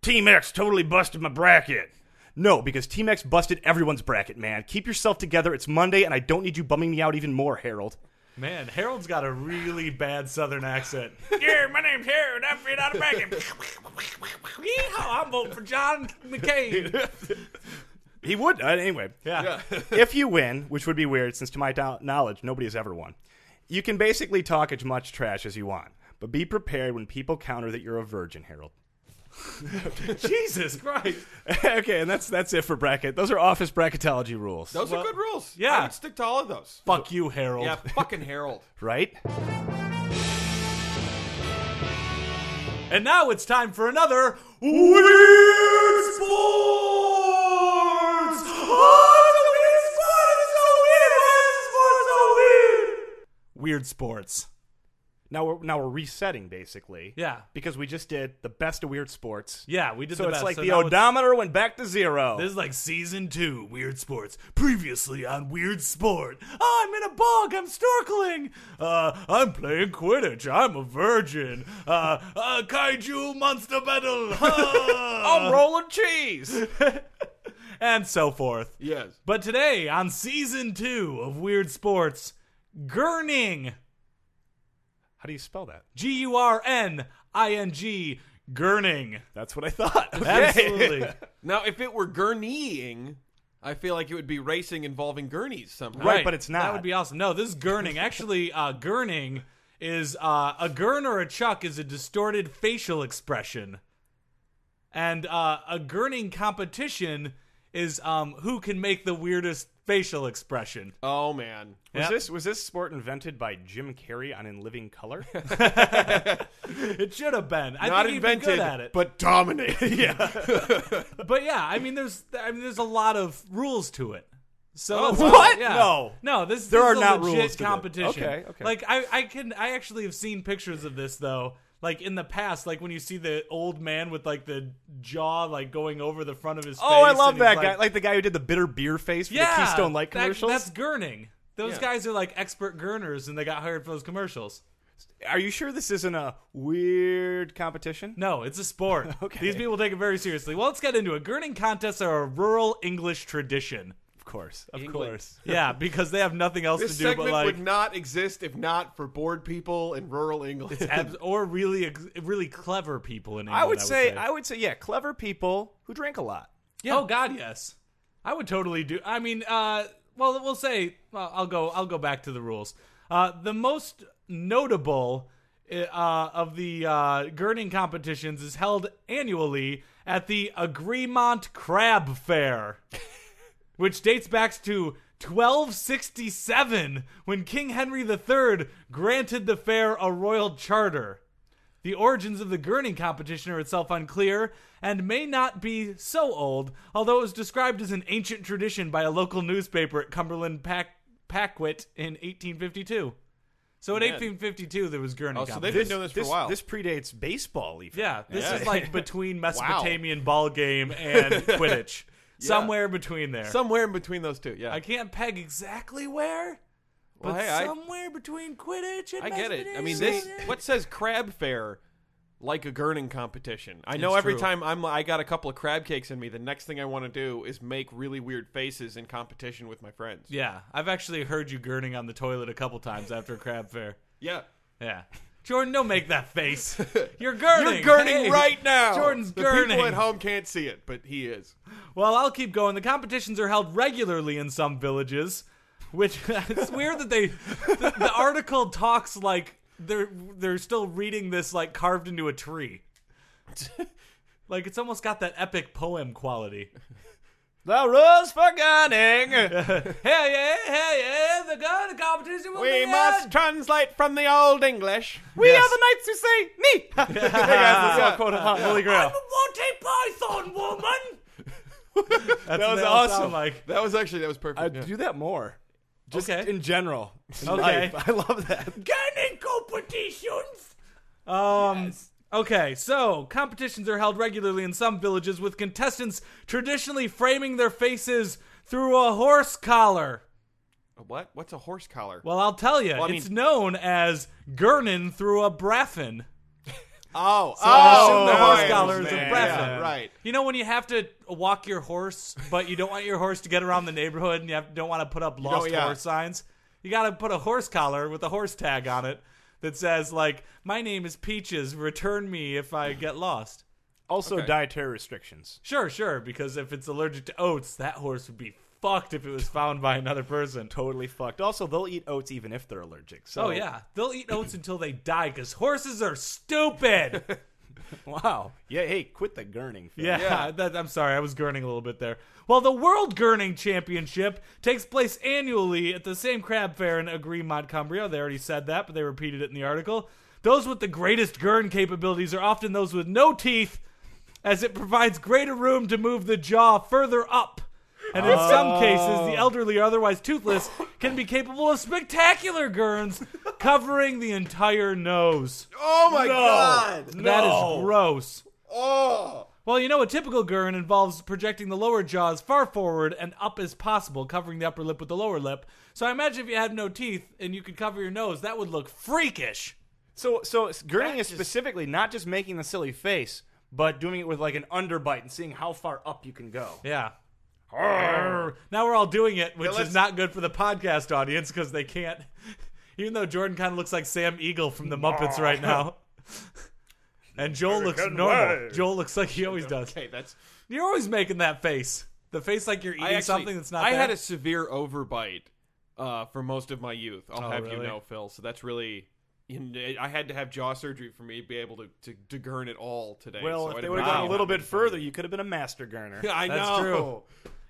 Speaker 3: Team X totally busted my bracket. No, because Team X busted everyone's bracket, man. Keep yourself together. It's Monday, and I don't need you bumming me out even more, Harold.
Speaker 2: Man, Harold's got a really bad Southern accent. yeah, my name's Harold. I'm from out of Reagan. Yeehaw, I'm voting for John McCain.
Speaker 3: He would. Uh, anyway.
Speaker 2: Yeah.
Speaker 3: if you win, which would be weird since to my do- knowledge nobody has ever won, you can basically talk as much trash as you want. But be prepared when people counter that you're a virgin, Harold.
Speaker 2: Jesus Christ.
Speaker 3: okay, and that's that's it for bracket. Those are office bracketology rules,
Speaker 1: Those are good rules.
Speaker 2: yeah.
Speaker 1: I would stick to all of those.
Speaker 2: Fuck you, Harold.
Speaker 1: Yeah, fucking Harold.
Speaker 3: right?
Speaker 2: And now it's time for another Weird Sports! Oh, Weird Sports.
Speaker 3: Now we're now we're resetting basically.
Speaker 2: Yeah.
Speaker 3: Because we just did the best of weird sports.
Speaker 2: Yeah, we did
Speaker 3: So
Speaker 2: the
Speaker 3: it's
Speaker 2: best.
Speaker 3: like
Speaker 2: So
Speaker 3: the
Speaker 2: now it's-
Speaker 3: odometer went back to zero.
Speaker 2: This is like season two, Weird Sports. Previously on Weird Sport. Oh, I'm in a bog. I'm snorkeling. Uh, I'm playing Quidditch. I'm a virgin. Uh, uh Kaiju Monster Battle. I'm rolling cheese. and so forth.
Speaker 1: Yes.
Speaker 2: But today on season two of Weird Sports, gurning.
Speaker 3: How do you spell that?
Speaker 2: G U R N I N G. Gurning.
Speaker 3: That's what I thought. Okay.
Speaker 2: Absolutely.
Speaker 1: Now, if it were gurneying, I feel like it would be racing involving gurneys somehow.
Speaker 3: Right. but it's
Speaker 2: That
Speaker 3: not.
Speaker 2: would be awesome. No, this is gurning. Actually, uh, gurning is uh, a gurn or a chuck is a distorted facial expression, and uh, a gurning competition is um, who can make the weirdest facial expression.
Speaker 1: Oh man.
Speaker 3: was
Speaker 2: Yep.
Speaker 3: this was this sport invented by Jim Carrey on In Living Color?
Speaker 2: It should have been. I
Speaker 1: Not
Speaker 2: think
Speaker 1: invented,
Speaker 2: he'd be good at it.
Speaker 1: but dominated. yeah.
Speaker 2: But yeah, I mean, there's, I mean, there's a lot of rules to it. So
Speaker 1: Oh,
Speaker 2: that's-
Speaker 3: what?
Speaker 2: yeah.
Speaker 3: No.
Speaker 2: no. This
Speaker 3: There
Speaker 2: this
Speaker 3: are
Speaker 2: is a
Speaker 3: not
Speaker 2: legit
Speaker 3: rules to this.
Speaker 2: competition.
Speaker 3: Okay, okay.
Speaker 2: Like I, I can, I actually have seen pictures of this though. Like in the past, like when you see the old man with like the jaw like going over the front of his face.
Speaker 3: Oh, I love
Speaker 2: and he's
Speaker 3: that
Speaker 2: like,
Speaker 3: guy. Like the guy who did the bitter beer face for
Speaker 2: yeah,
Speaker 3: the Keystone Light
Speaker 2: that-
Speaker 3: commercials.
Speaker 2: That's gurning. Those
Speaker 1: Yeah.
Speaker 2: guys are like expert gurners, and they got hired for those commercials.
Speaker 3: Are you sure this isn't a weird competition?
Speaker 2: No, it's a sport.
Speaker 3: Okay.
Speaker 2: These people take it very seriously. Well, let's get into it. Gurning contests are a rural English tradition.
Speaker 3: Of course. Of
Speaker 1: England.
Speaker 3: course.
Speaker 2: Yeah, because they have nothing else
Speaker 1: This
Speaker 2: to do but
Speaker 1: segment
Speaker 2: like
Speaker 1: would not exist if not for bored people in rural England.
Speaker 2: abs- or really ex- really clever people in England.
Speaker 3: I would say, I would say yeah, clever people who drink a lot.
Speaker 2: Oh God, yes. I would totally do. I mean, uh, well, we'll say. Well, I'll go. I'll go back to the rules. Uh, the most notable uh, of the uh, gurning competitions is held annually at the Agreemont Crab Fair, which dates back to 1267 when King Henry III granted the fair a royal charter. The origins of the gurning competition are itself unclear and may not be so old, although it was described as an ancient tradition by a local newspaper at Cumberland Pack- Paquet in 1852. So in 1852 there was gurning
Speaker 1: Oh, so they've
Speaker 2: competition.
Speaker 1: been doing this for a while.
Speaker 3: This predates baseball even.
Speaker 2: Yeah, this
Speaker 1: Yeah.
Speaker 2: is like between Mesopotamian ball game and Quidditch. Somewhere between there.
Speaker 1: Somewhere in between those two. Yeah.
Speaker 2: I can't peg exactly where, but
Speaker 1: Well, hey, I-
Speaker 2: somewhere between Quidditch and
Speaker 1: I get it. I mean,
Speaker 2: Mesopotamian
Speaker 1: this what says crab fair like a gurning competition. I know
Speaker 2: It's
Speaker 1: every
Speaker 2: true.
Speaker 1: time I'm I got a couple of crab cakes in me, the next thing I want to do is make really weird faces in competition with my friends.
Speaker 2: Yeah, I've actually heard you gurning on the toilet a couple times after a crab fair.
Speaker 1: Yeah.
Speaker 2: Yeah. Jordan, don't make that face. You're gurning.
Speaker 1: You're gurning
Speaker 2: Hey,
Speaker 1: right now.
Speaker 2: Jordan's
Speaker 1: the
Speaker 2: gurning.
Speaker 1: People at home can't see it, but he is.
Speaker 2: Well, I'll keep going. The competitions are held regularly in some villages, which it's weird that they the, the article talks like they're they're still reading this like carved into a tree. Like it's almost got that epic poem quality.
Speaker 3: The rules for gunning.
Speaker 2: Hell yeah, hell yeah! The gun competition will
Speaker 1: We
Speaker 2: be
Speaker 1: must
Speaker 2: on.
Speaker 1: translate from the old English.
Speaker 3: we
Speaker 2: Yes.
Speaker 3: are the knights who say me. hey guys, let's all quote a Holy
Speaker 2: uh, I'm
Speaker 3: Grail.
Speaker 2: a Monty Python woman. That's
Speaker 3: was
Speaker 2: what they all
Speaker 3: awesome.
Speaker 2: sound Like
Speaker 1: That was actually that was perfect.
Speaker 3: I
Speaker 1: yeah.
Speaker 3: do that more. Just
Speaker 2: Okay.
Speaker 3: in general. in
Speaker 2: Okay.
Speaker 3: life. I love that.
Speaker 2: gunning competitions. Um. Okay, so competitions are held regularly in some villages with contestants traditionally framing their faces through a horse collar.
Speaker 1: A what? What's a horse collar?
Speaker 2: Well, I'll tell you,
Speaker 1: I mean-
Speaker 2: it's known as gurnin through a braffin.
Speaker 1: oh,
Speaker 2: I
Speaker 1: oh,
Speaker 2: assume the
Speaker 1: now
Speaker 2: horse
Speaker 1: I
Speaker 2: collar is a
Speaker 1: understand.
Speaker 2: braffin.
Speaker 1: Yeah, right.
Speaker 2: You know when you have to walk your horse, but you don't want your horse to get around the neighborhood, and you have, don't want to put up lost
Speaker 1: yeah.
Speaker 2: horse signs. You got to put a horse collar with a horse tag on it that says like, "My name is Peaches. Return me if I get lost."
Speaker 3: Also,
Speaker 1: Okay.
Speaker 3: dietary restrictions.
Speaker 2: Sure, sure, because if it's allergic to oats, that horse would be fucked if it was found by another person.
Speaker 3: Totally fucked. Also, they'll eat oats even if they're allergic. So,
Speaker 2: Oh yeah, they'll eat oats until they die because horses are stupid.
Speaker 3: Wow. Yeah. Hey, quit the gurning. Phil.
Speaker 2: Yeah,
Speaker 1: Yeah.
Speaker 2: That, I'm sorry, I was gurning a little bit there. Well, the World Gurning Championship takes place annually at the same crab fair in Agrimont, Cumbria. They already said that, but they repeated it in the article. Those with the greatest gurn capabilities are often those with no teeth, as it provides greater room to move the jaw further up. And in some cases, the elderly or otherwise toothless can be capable of spectacular gurns covering the entire nose.
Speaker 1: Oh my god.
Speaker 2: That
Speaker 3: No.
Speaker 2: is gross.
Speaker 1: Oh.
Speaker 2: Well, you know, a typical gurn involves projecting the lower jaw as far forward and up as possible, covering the upper lip with the lower lip. So I imagine if you had no teeth and you could cover your nose, that would look freakish.
Speaker 3: So, so s- gurning
Speaker 2: That
Speaker 3: is
Speaker 2: just-
Speaker 3: specifically not just making the silly face, but doing it with like an underbite and seeing how far up you can go.
Speaker 2: Yeah. Now we're all doing it, which
Speaker 1: let's-
Speaker 2: is not good for the podcast audience because they can't. Even though Jordan kind of looks like Sam Eagle from the Muppets right now. And Joel looks normal. Joel looks like he always does.
Speaker 1: Okay, that's.
Speaker 2: You're always making that face. The face like you're eating
Speaker 1: I actually,
Speaker 2: something that's not
Speaker 1: I
Speaker 2: there.
Speaker 1: had a severe overbite uh, for most of my youth. I'll
Speaker 2: Oh,
Speaker 1: have you
Speaker 2: really?
Speaker 1: know, Phil. So that's really. In, I had to have jaw surgery for me to be able to to, to gurn it all today.
Speaker 3: Well,
Speaker 1: so
Speaker 3: if
Speaker 1: I'd
Speaker 3: they
Speaker 1: have
Speaker 3: would have
Speaker 1: really
Speaker 3: gone a little
Speaker 1: not
Speaker 3: bit
Speaker 1: been-
Speaker 3: further, you could have been a master gurner.
Speaker 1: I
Speaker 2: That's
Speaker 1: know.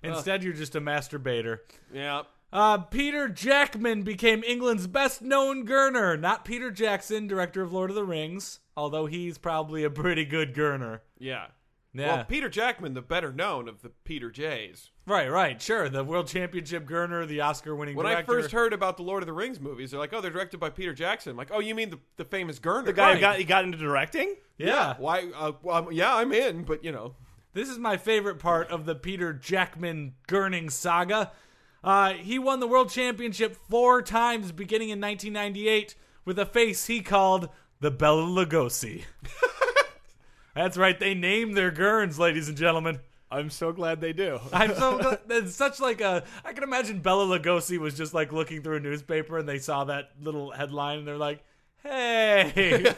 Speaker 2: Instead, you're just a masturbator.
Speaker 1: Yeah.
Speaker 2: Uh, Peter Jackman became England's best known gurner. Not Peter Jackson, director of Lord of the Rings, although he's probably a pretty good gurner.
Speaker 1: Yeah.
Speaker 2: Yeah.
Speaker 1: Well, Peter Jackman, the better known of the Peter Jays.
Speaker 2: right, right, sure. The World Championship gurner, the Oscar winning
Speaker 1: When
Speaker 2: director.
Speaker 1: I first heard about the Lord of the Rings movies, they're like, "Oh, they're directed by Peter Jackson." I'm like, "Oh, you mean the, the famous Gurner?"
Speaker 3: The guy
Speaker 2: Right.
Speaker 3: who got, he got into directing?
Speaker 2: yeah.
Speaker 1: Why? Uh, well, I'm- yeah, I'm in, but you know,
Speaker 2: This is my favorite part of the Peter Jackman Gurning saga. Uh, he won the World Championship four times beginning in 1998 with a face he called the Bella Lugosi. That's right, they name their Gurns, ladies and gentlemen.
Speaker 3: I'm so glad they do.
Speaker 2: I'm so gl- it's such like a I can imagine Bella Lugosi was just like looking through a newspaper and they saw that little headline and they're like, "Hey,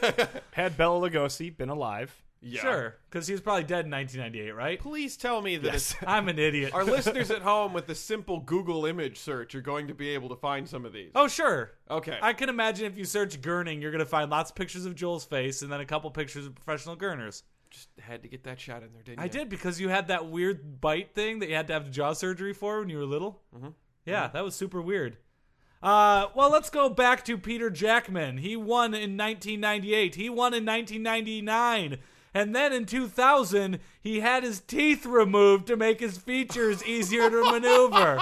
Speaker 3: Had Bella Lugosi been alive,
Speaker 1: yeah.
Speaker 2: sure," because he was probably dead in 1998, right?
Speaker 1: Please tell me that it's,
Speaker 2: I'm an idiot.
Speaker 1: our listeners at home with the simple Google image search are going to be able to find some of these.
Speaker 2: Oh sure,
Speaker 1: Okay.
Speaker 2: I can imagine if you search Gurning, you're gonna find lots of pictures of Joel's face and then a couple pictures of professional Gurners.
Speaker 1: just had to get that shot in there, didn't
Speaker 2: I
Speaker 1: you?
Speaker 2: did because you had that weird bite thing that you had to have the jaw surgery for when you were little. Mm-hmm. Yeah, that was super weird. Uh, well, let's go back to Peter Jackman. He won in 1998. He won in 1999. And then in 2000, he had his teeth removed to make his features easier to maneuver.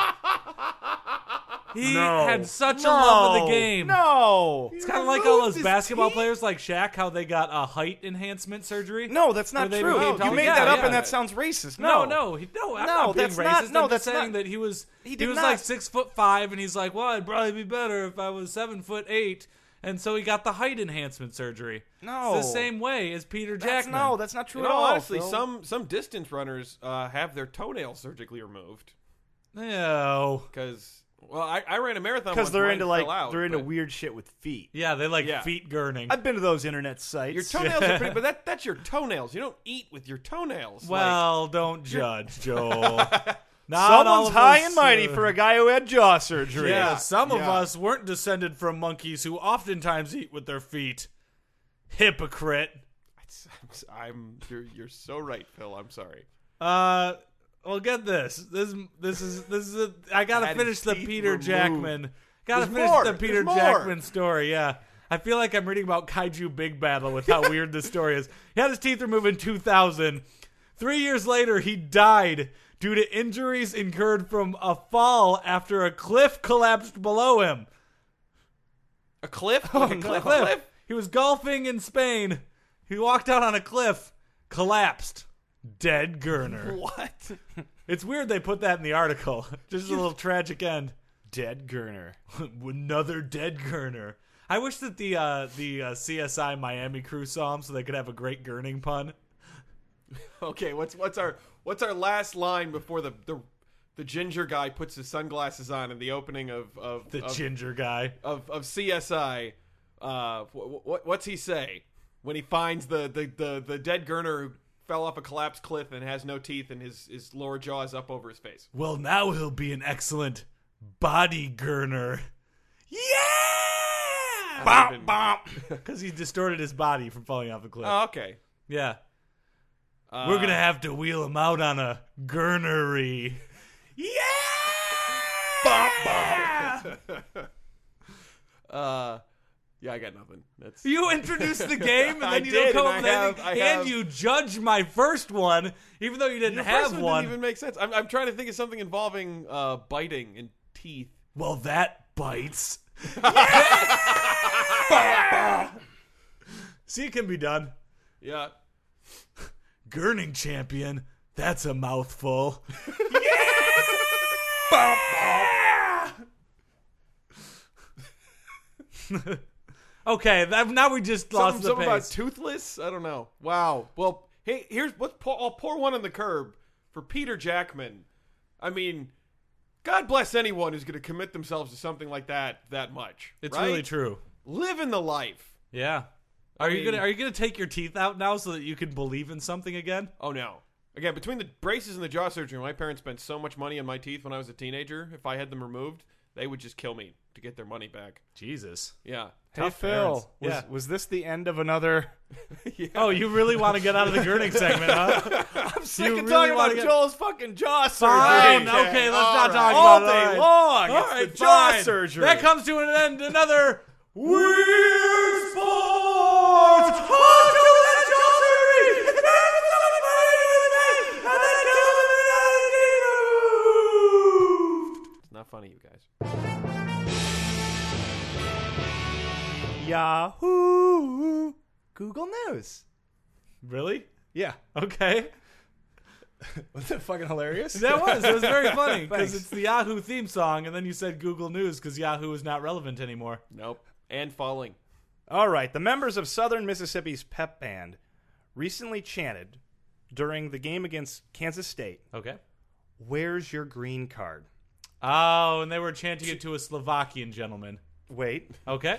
Speaker 2: He
Speaker 3: No.
Speaker 2: had such a love of the
Speaker 3: No.
Speaker 2: game.
Speaker 3: No.
Speaker 2: It's kind of like all those basketball players like Shaq, how they got a height enhancement surgery.
Speaker 3: No, that's not
Speaker 2: Where they
Speaker 3: true.
Speaker 2: became
Speaker 3: You
Speaker 2: taller.
Speaker 3: made
Speaker 2: Yeah,
Speaker 3: that up,
Speaker 2: yeah.
Speaker 3: and that sounds racist.
Speaker 2: No,
Speaker 3: No,
Speaker 2: no, he, no, I'm
Speaker 3: No,
Speaker 2: not being
Speaker 3: that's
Speaker 2: racist.
Speaker 3: not- no,
Speaker 2: I'm
Speaker 3: that's
Speaker 2: just saying
Speaker 3: not-
Speaker 2: that he was he,
Speaker 3: did
Speaker 2: was
Speaker 3: not.
Speaker 2: like six foot five, and he's like, well, it'd probably be better if I was seven foot eight, and so he got the height enhancement surgery.
Speaker 3: No.
Speaker 2: it's the same way as Peter
Speaker 3: That's,
Speaker 2: Jackman.
Speaker 3: no, that's not true
Speaker 1: In
Speaker 3: at
Speaker 1: all
Speaker 3: all.
Speaker 1: honesty,
Speaker 3: Phil.
Speaker 1: some some distance runners uh, have their toenails surgically removed
Speaker 2: no.
Speaker 1: because. Well, I, I ran a marathon
Speaker 3: because
Speaker 1: once,
Speaker 3: they're
Speaker 1: mine
Speaker 3: into
Speaker 1: fell
Speaker 3: like
Speaker 1: out,
Speaker 3: they're into
Speaker 1: but-
Speaker 3: weird shit with feet.
Speaker 2: Yeah, they like
Speaker 1: Yeah.
Speaker 2: feet gurning.
Speaker 3: I've been to those internet sites.
Speaker 1: Your toenails are pretty, but that that's your toenails. You don't eat with your toenails. like,
Speaker 2: well, don't judge, Joel. Not all
Speaker 3: Someone's
Speaker 2: of
Speaker 3: high
Speaker 2: us,
Speaker 3: and mighty
Speaker 2: uh,
Speaker 3: for a guy who had jaw surgery.
Speaker 2: Yeah,
Speaker 1: Yeah,
Speaker 2: some of
Speaker 1: yeah.
Speaker 2: us weren't descended from monkeys who oftentimes eat with their feet. Hypocrite.
Speaker 1: it's- I'm you're, you're so right, Phil. I'm sorry.
Speaker 2: Uh, well, get this. This this is this is. A, I gotta
Speaker 1: Had
Speaker 2: finish the
Speaker 1: teeth
Speaker 2: Peter
Speaker 1: removed.
Speaker 2: Jackman. Gotta
Speaker 1: There's
Speaker 2: finish
Speaker 1: more.
Speaker 2: the Peter
Speaker 1: There's more.
Speaker 2: Jackman story. Yeah, I feel like I'm reading about Kaiju Big Battle with how weird this story is. He had his teeth removed in 2000. Three years later, he died due to injuries incurred from a fall after a cliff collapsed below him.
Speaker 1: A cliff? a cliff?
Speaker 2: Oh, cliff. He was golfing in Spain. He walked out on a cliff, collapsed. Dead Gurner.
Speaker 1: What?
Speaker 2: It's weird they put that in the article. Just a little tragic end.
Speaker 3: Dead Gurner.
Speaker 2: Another dead Gurner. I wish that the uh, the uh, CSI Miami crew saw him so they could have a great Gurning pun.
Speaker 1: Okay, what's what's our what's our last line before the the, the ginger guy puts his sunglasses on in the opening of of
Speaker 2: The
Speaker 1: of,
Speaker 2: ginger guy.
Speaker 1: of, of CSI? Uh, what, what what's he say when he finds the the the, the dead Gurner who fell off a collapsed cliff and has no teeth and his his lower jaw is up over his face?
Speaker 2: Well, now he'll be an excellent body gurner. Yeah!
Speaker 1: Bop, bop.
Speaker 2: Because he distorted his body from falling off the cliff.
Speaker 1: Oh, okay.
Speaker 2: yeah.
Speaker 1: Uh,
Speaker 2: We're going to have to wheel him out on a gurnery. Yeah!
Speaker 1: Uh, yeah, I got nothing. That's
Speaker 2: You introduce the game and
Speaker 1: I
Speaker 2: then you don't
Speaker 1: did,
Speaker 2: come
Speaker 1: and
Speaker 2: up with
Speaker 1: I have-
Speaker 2: anything.
Speaker 1: I have-
Speaker 2: And you judge my first one, even though you didn't
Speaker 1: Your first one
Speaker 2: have one.
Speaker 1: Didn't even make sense. I'm, I'm trying to think of something involving uh, biting and teeth.
Speaker 2: Well, that bites. See, it can be done.
Speaker 1: Yeah.
Speaker 2: Gurning champion. That's a mouthful. okay, that, now we just
Speaker 1: Something,
Speaker 2: lost the
Speaker 1: something about
Speaker 2: pace.
Speaker 1: toothless. I don't know. Wow. Well, hey, here's let's pour, I'll pour one on the curb for Peter Jackman. I mean, God bless anyone who's going to commit themselves to something like that that much.
Speaker 2: It's
Speaker 1: right?
Speaker 2: really true.
Speaker 1: Living the life.
Speaker 2: Yeah. Are you
Speaker 1: mean-
Speaker 2: gonna Are you gonna take your teeth out now so that you can believe in something again?
Speaker 1: Oh no. Again, between the braces and the jaw surgery, my parents spent so much money on my teeth when I was a teenager. If I had them removed, they would just kill me to get their money back.
Speaker 2: Jesus.
Speaker 1: Yeah.
Speaker 3: Hey Phil,
Speaker 2: parents.
Speaker 3: was,
Speaker 2: Yeah.
Speaker 3: was this the end of another?
Speaker 2: Oh, you really want to get out of the gurning segment, huh?
Speaker 3: I'm
Speaker 2: You
Speaker 3: sick
Speaker 2: of really talking about wanna get-
Speaker 3: Joel's fucking jaw
Speaker 2: Fine. Okay, let's not talk
Speaker 3: all
Speaker 2: about it.
Speaker 3: day
Speaker 2: All right.
Speaker 3: long.
Speaker 2: All
Speaker 3: it's
Speaker 2: right,
Speaker 3: the jaw
Speaker 2: fine.
Speaker 3: surgery.
Speaker 2: That comes to an end. Another weird sports.
Speaker 1: It's not funny, you guys.
Speaker 3: Yahoo, Google News.
Speaker 2: Really?
Speaker 3: Yeah,
Speaker 2: Okay.
Speaker 3: was that fucking hilarious?
Speaker 2: That was. It was very funny because
Speaker 3: Thanks.
Speaker 2: it's the Yahoo theme song, and then you said Google News because Yahoo is not relevant anymore.
Speaker 1: Nope. And falling.
Speaker 3: All right, the members of Southern Mississippi's pep band recently chanted during the game against Kansas State,
Speaker 2: Okay.
Speaker 3: "Where's your green card?"
Speaker 2: Oh, and they were chanting it to a Slovakian gentleman.
Speaker 3: Wait,
Speaker 2: Okay.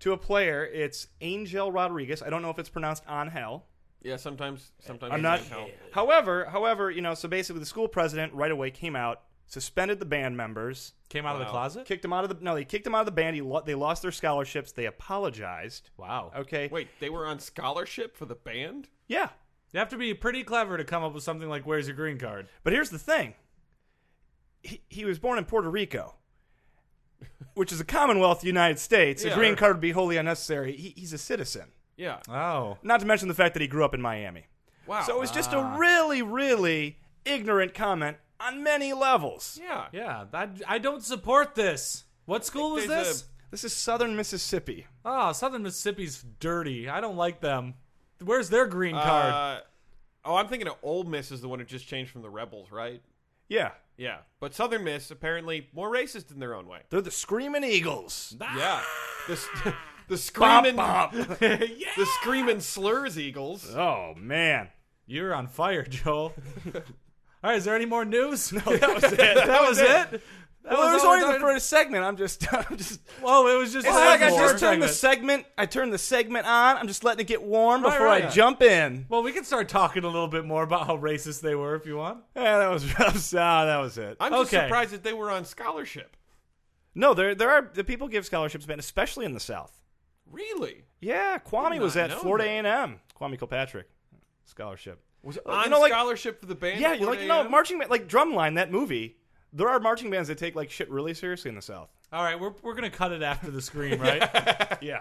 Speaker 3: to a player, it's Angel Rodriguez. I don't know if it's pronounced on hell.
Speaker 1: Yeah, sometimes sometimes
Speaker 3: I'm
Speaker 1: it
Speaker 3: not.
Speaker 1: doesn't help.
Speaker 3: However, however, you know, so basically, the school president right away came out, suspended the band members,
Speaker 2: Came out of the
Speaker 1: Wow.
Speaker 2: closet.
Speaker 3: kicked them out of the. No, they kicked them out of the band. He lo- they lost their scholarships. They apologized.
Speaker 2: Wow.
Speaker 3: Okay.
Speaker 1: Wait, they were on scholarship for the band?
Speaker 3: Yeah.
Speaker 2: You have to be pretty clever to come up with something like "Where's your green card?"
Speaker 3: But here's the thing. He, he was born in Puerto Rico, which is a Commonwealth of the United States.
Speaker 1: Yeah.
Speaker 3: A green card would be wholly unnecessary. He, he's a citizen.
Speaker 1: Yeah.
Speaker 2: Oh.
Speaker 3: Not to mention the fact that he grew up in Miami.
Speaker 1: Wow.
Speaker 3: Uh,
Speaker 1: Uh,
Speaker 3: So it was just a really, really ignorant comment on many levels.
Speaker 1: yeah.
Speaker 2: Yeah, I, I don't support this. What school is
Speaker 1: there's
Speaker 2: this?
Speaker 3: This is Southern Mississippi.
Speaker 2: Ah, Southern Mississippi's dirty. I don't like them. Where's their green card?
Speaker 1: Uh, oh, I'm thinking of Old Miss is the one who just changed from the Rebels, right?
Speaker 3: Yeah.
Speaker 1: Yeah. But Southern Miss apparently more racist in their own way.
Speaker 3: They're the Screaming Eagles.
Speaker 1: Yeah. The, s- the screaming
Speaker 2: yeah.
Speaker 1: the screaming slurs eagles.
Speaker 3: Oh, man.
Speaker 2: You're on fire, Joel. All right, is there any more news? No, that
Speaker 3: was it. That
Speaker 2: was
Speaker 3: was
Speaker 2: it.
Speaker 3: it.
Speaker 2: That
Speaker 3: Well, it was
Speaker 2: all
Speaker 3: only
Speaker 2: we
Speaker 3: the
Speaker 2: talked-
Speaker 3: first segment. I'm just, I'm just.
Speaker 2: Whoa, it was just.
Speaker 3: It's
Speaker 2: one
Speaker 3: like I
Speaker 2: more
Speaker 3: just turned the
Speaker 2: segment.
Speaker 3: segment. I turned the segment on. I'm just letting it get warm before
Speaker 2: right.
Speaker 3: I jump in.
Speaker 2: Well, we can start talking a little bit more about how racist they were if you want.
Speaker 3: Yeah, that was rough. Ah, that was it.
Speaker 1: I'm just
Speaker 2: Okay.
Speaker 1: surprised that they were on scholarship.
Speaker 3: no, there, there are the people give scholarships, man, especially in the South.
Speaker 1: Really?
Speaker 3: Yeah, Kwame
Speaker 1: Did
Speaker 3: was
Speaker 1: not
Speaker 3: at
Speaker 1: know
Speaker 3: Florida
Speaker 1: that.
Speaker 3: A&M. Kwame Kilpatrick scholarship.
Speaker 1: Was it
Speaker 3: Uh,
Speaker 1: on
Speaker 3: you know, like-
Speaker 1: scholarship for the uh, band?
Speaker 3: Yeah,
Speaker 1: at
Speaker 3: you're like
Speaker 1: 4
Speaker 3: you know,
Speaker 1: a.m.?
Speaker 3: marching band, like Drumline, that movie. There are marching bands that take like shit really seriously in the South.
Speaker 2: All right, we're, we're going to cut it after the scream, right?
Speaker 3: Yeah.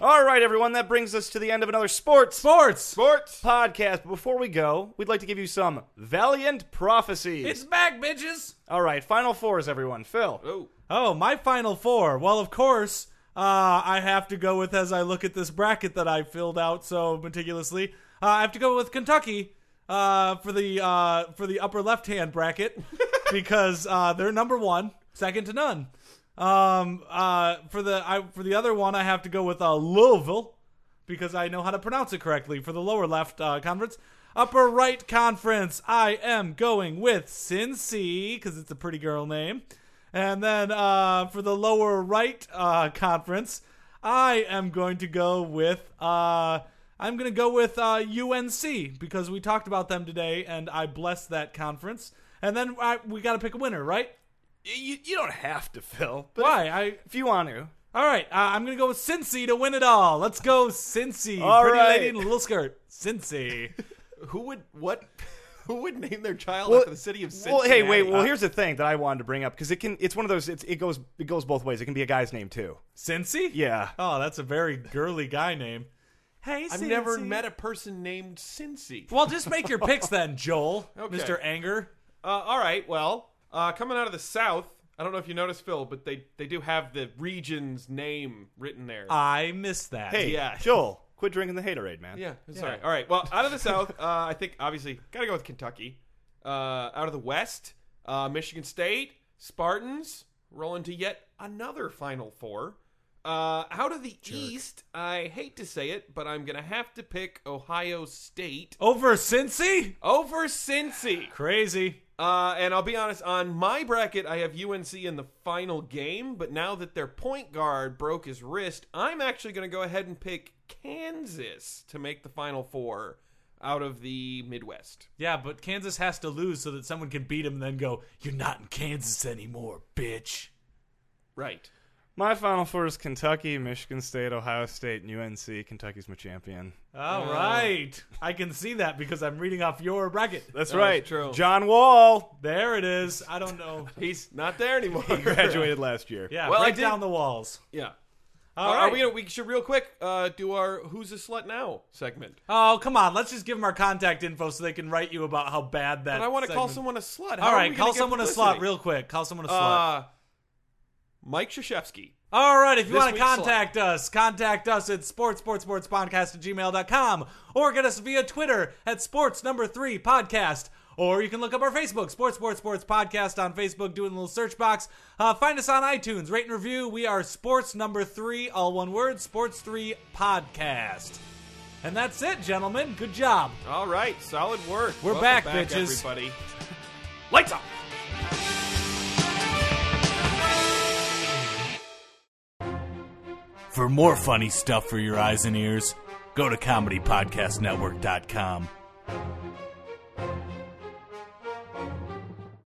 Speaker 3: All right, everyone, that brings us to the end of another sports
Speaker 2: Sports.
Speaker 1: Sports.
Speaker 3: podcast. But before we go, we'd like to give you some valiant prophecies.
Speaker 2: It's back, bitches.
Speaker 3: All right, final fours, everyone. Phil.
Speaker 1: Oh,
Speaker 2: Oh, my final four. Well, of course, uh, I have to go with as I look at this bracket that I filled out so meticulously. Uh, I have to go with Kentucky uh, for the uh, for the upper left hand bracket because uh, they're number one, second to none. Um, uh, for the I, for the other one, I have to go with uh, Louisville because I know how to pronounce it correctly for the lower left uh, conference. Upper right conference, I am going with Cincy because it's a pretty girl name. And then uh, for the lower right uh, conference, I am going to go with uh, I'm going to go with uh, UNC because we talked about them today, and I blessed that conference. And then I, we got to pick a winner, right?
Speaker 3: You, you don't have to, Phil. But
Speaker 2: Why? I
Speaker 3: If you want to.
Speaker 2: all right. Uh, I'm gonna go with Cincy to win it all. Let's go, Cincy.
Speaker 3: All
Speaker 2: Pretty
Speaker 3: right.
Speaker 2: lady in a little skirt, Cincy.
Speaker 1: who would what? Who would name their child
Speaker 3: Well-
Speaker 1: after the city of
Speaker 3: Well,
Speaker 1: Cincinnati? uh,
Speaker 3: hey, wait. Well, here's the thing that I wanted to bring up because it can. It's one of those. It's, it goes. It goes both ways. It can be a guy's name too.
Speaker 2: Cincy?
Speaker 3: Yeah.
Speaker 2: Oh, that's a very girly guy name. Hey,
Speaker 1: I've
Speaker 2: Cincy.
Speaker 1: never met a person named Cincy.
Speaker 2: Well, just make your picks then, Joel,
Speaker 1: Okay.
Speaker 2: Mr. Anger.
Speaker 1: Uh, all right. Well, uh, coming out of the South, I don't know if you noticed, Phil, but they they do have the region's name written there.
Speaker 2: I missed that.
Speaker 3: Hey,
Speaker 1: Yeah.
Speaker 3: Joel, quit drinking the haterade, man.
Speaker 1: yeah. Sorry. All right. Well, out of the South, uh, I think obviously got to go with Kentucky. Uh, out of the West, uh, Michigan State, Spartans rolling to yet another Final Four. Uh, out of the East, I hate to say it, but I'm gonna have to pick Ohio State
Speaker 2: Over Cincy?
Speaker 1: over Cincy.
Speaker 2: Crazy.
Speaker 1: Uh, and I'll be honest, on my bracket, I have UNC in the final game, but now that their point guard broke his wrist, I'm actually going to go ahead and pick Kansas to make the final four out of the Midwest.
Speaker 2: Yeah, but Kansas has to lose so that someone can beat him and then go, You're not in Kansas anymore, bitch.
Speaker 1: Right.
Speaker 3: My final four is Kentucky, Michigan State, Ohio State, and UNC. Kentucky's my champion.
Speaker 2: All
Speaker 1: Oh.
Speaker 2: right. I can see that because I'm reading off your bracket.
Speaker 3: That's
Speaker 1: That is
Speaker 3: right.
Speaker 1: true.
Speaker 3: John Wall
Speaker 2: There it is. I don't know.
Speaker 1: He's not there anymore.
Speaker 3: graduated last year.
Speaker 2: Yeah,
Speaker 1: Well, I
Speaker 2: break
Speaker 1: did-
Speaker 2: down the walls.
Speaker 1: Yeah.
Speaker 2: All
Speaker 1: Uh,
Speaker 2: right.
Speaker 1: Are we gonna? We should real quick uh, do our "Who's a Slut Now" segment.
Speaker 2: Oh, come on. Let's just give them our contact info so they can write you about how bad that.
Speaker 1: But I want to call
Speaker 2: segment-
Speaker 1: someone a slut. How
Speaker 2: All
Speaker 1: are
Speaker 2: right,
Speaker 1: we gonna
Speaker 2: call
Speaker 1: get
Speaker 2: someone a
Speaker 1: publicity?
Speaker 2: slut real quick. Call someone a slut.
Speaker 1: Uh, Mike Krzyzewski.
Speaker 2: All right, if you
Speaker 1: This
Speaker 2: want to
Speaker 1: week's
Speaker 2: contact us, contact us at sports, sports, sports podcast at gmail.com or get us via Twitter at sports number three podcast. Or you can look up our Facebook, Sports Sports Sports Podcast on Facebook, do it in the little search box. Uh, find us on iTunes, rate and review. We are Sports Number Three, all one word, Sports Three Podcast. And that's it, gentlemen. Good job.
Speaker 1: All right, solid work.
Speaker 2: We're
Speaker 1: Welcome
Speaker 2: back,
Speaker 1: back
Speaker 2: bitches.
Speaker 1: Everybody.
Speaker 3: Lights off.
Speaker 4: For more funny stuff for your eyes and ears, go to ComedyPodcastNetwork.com.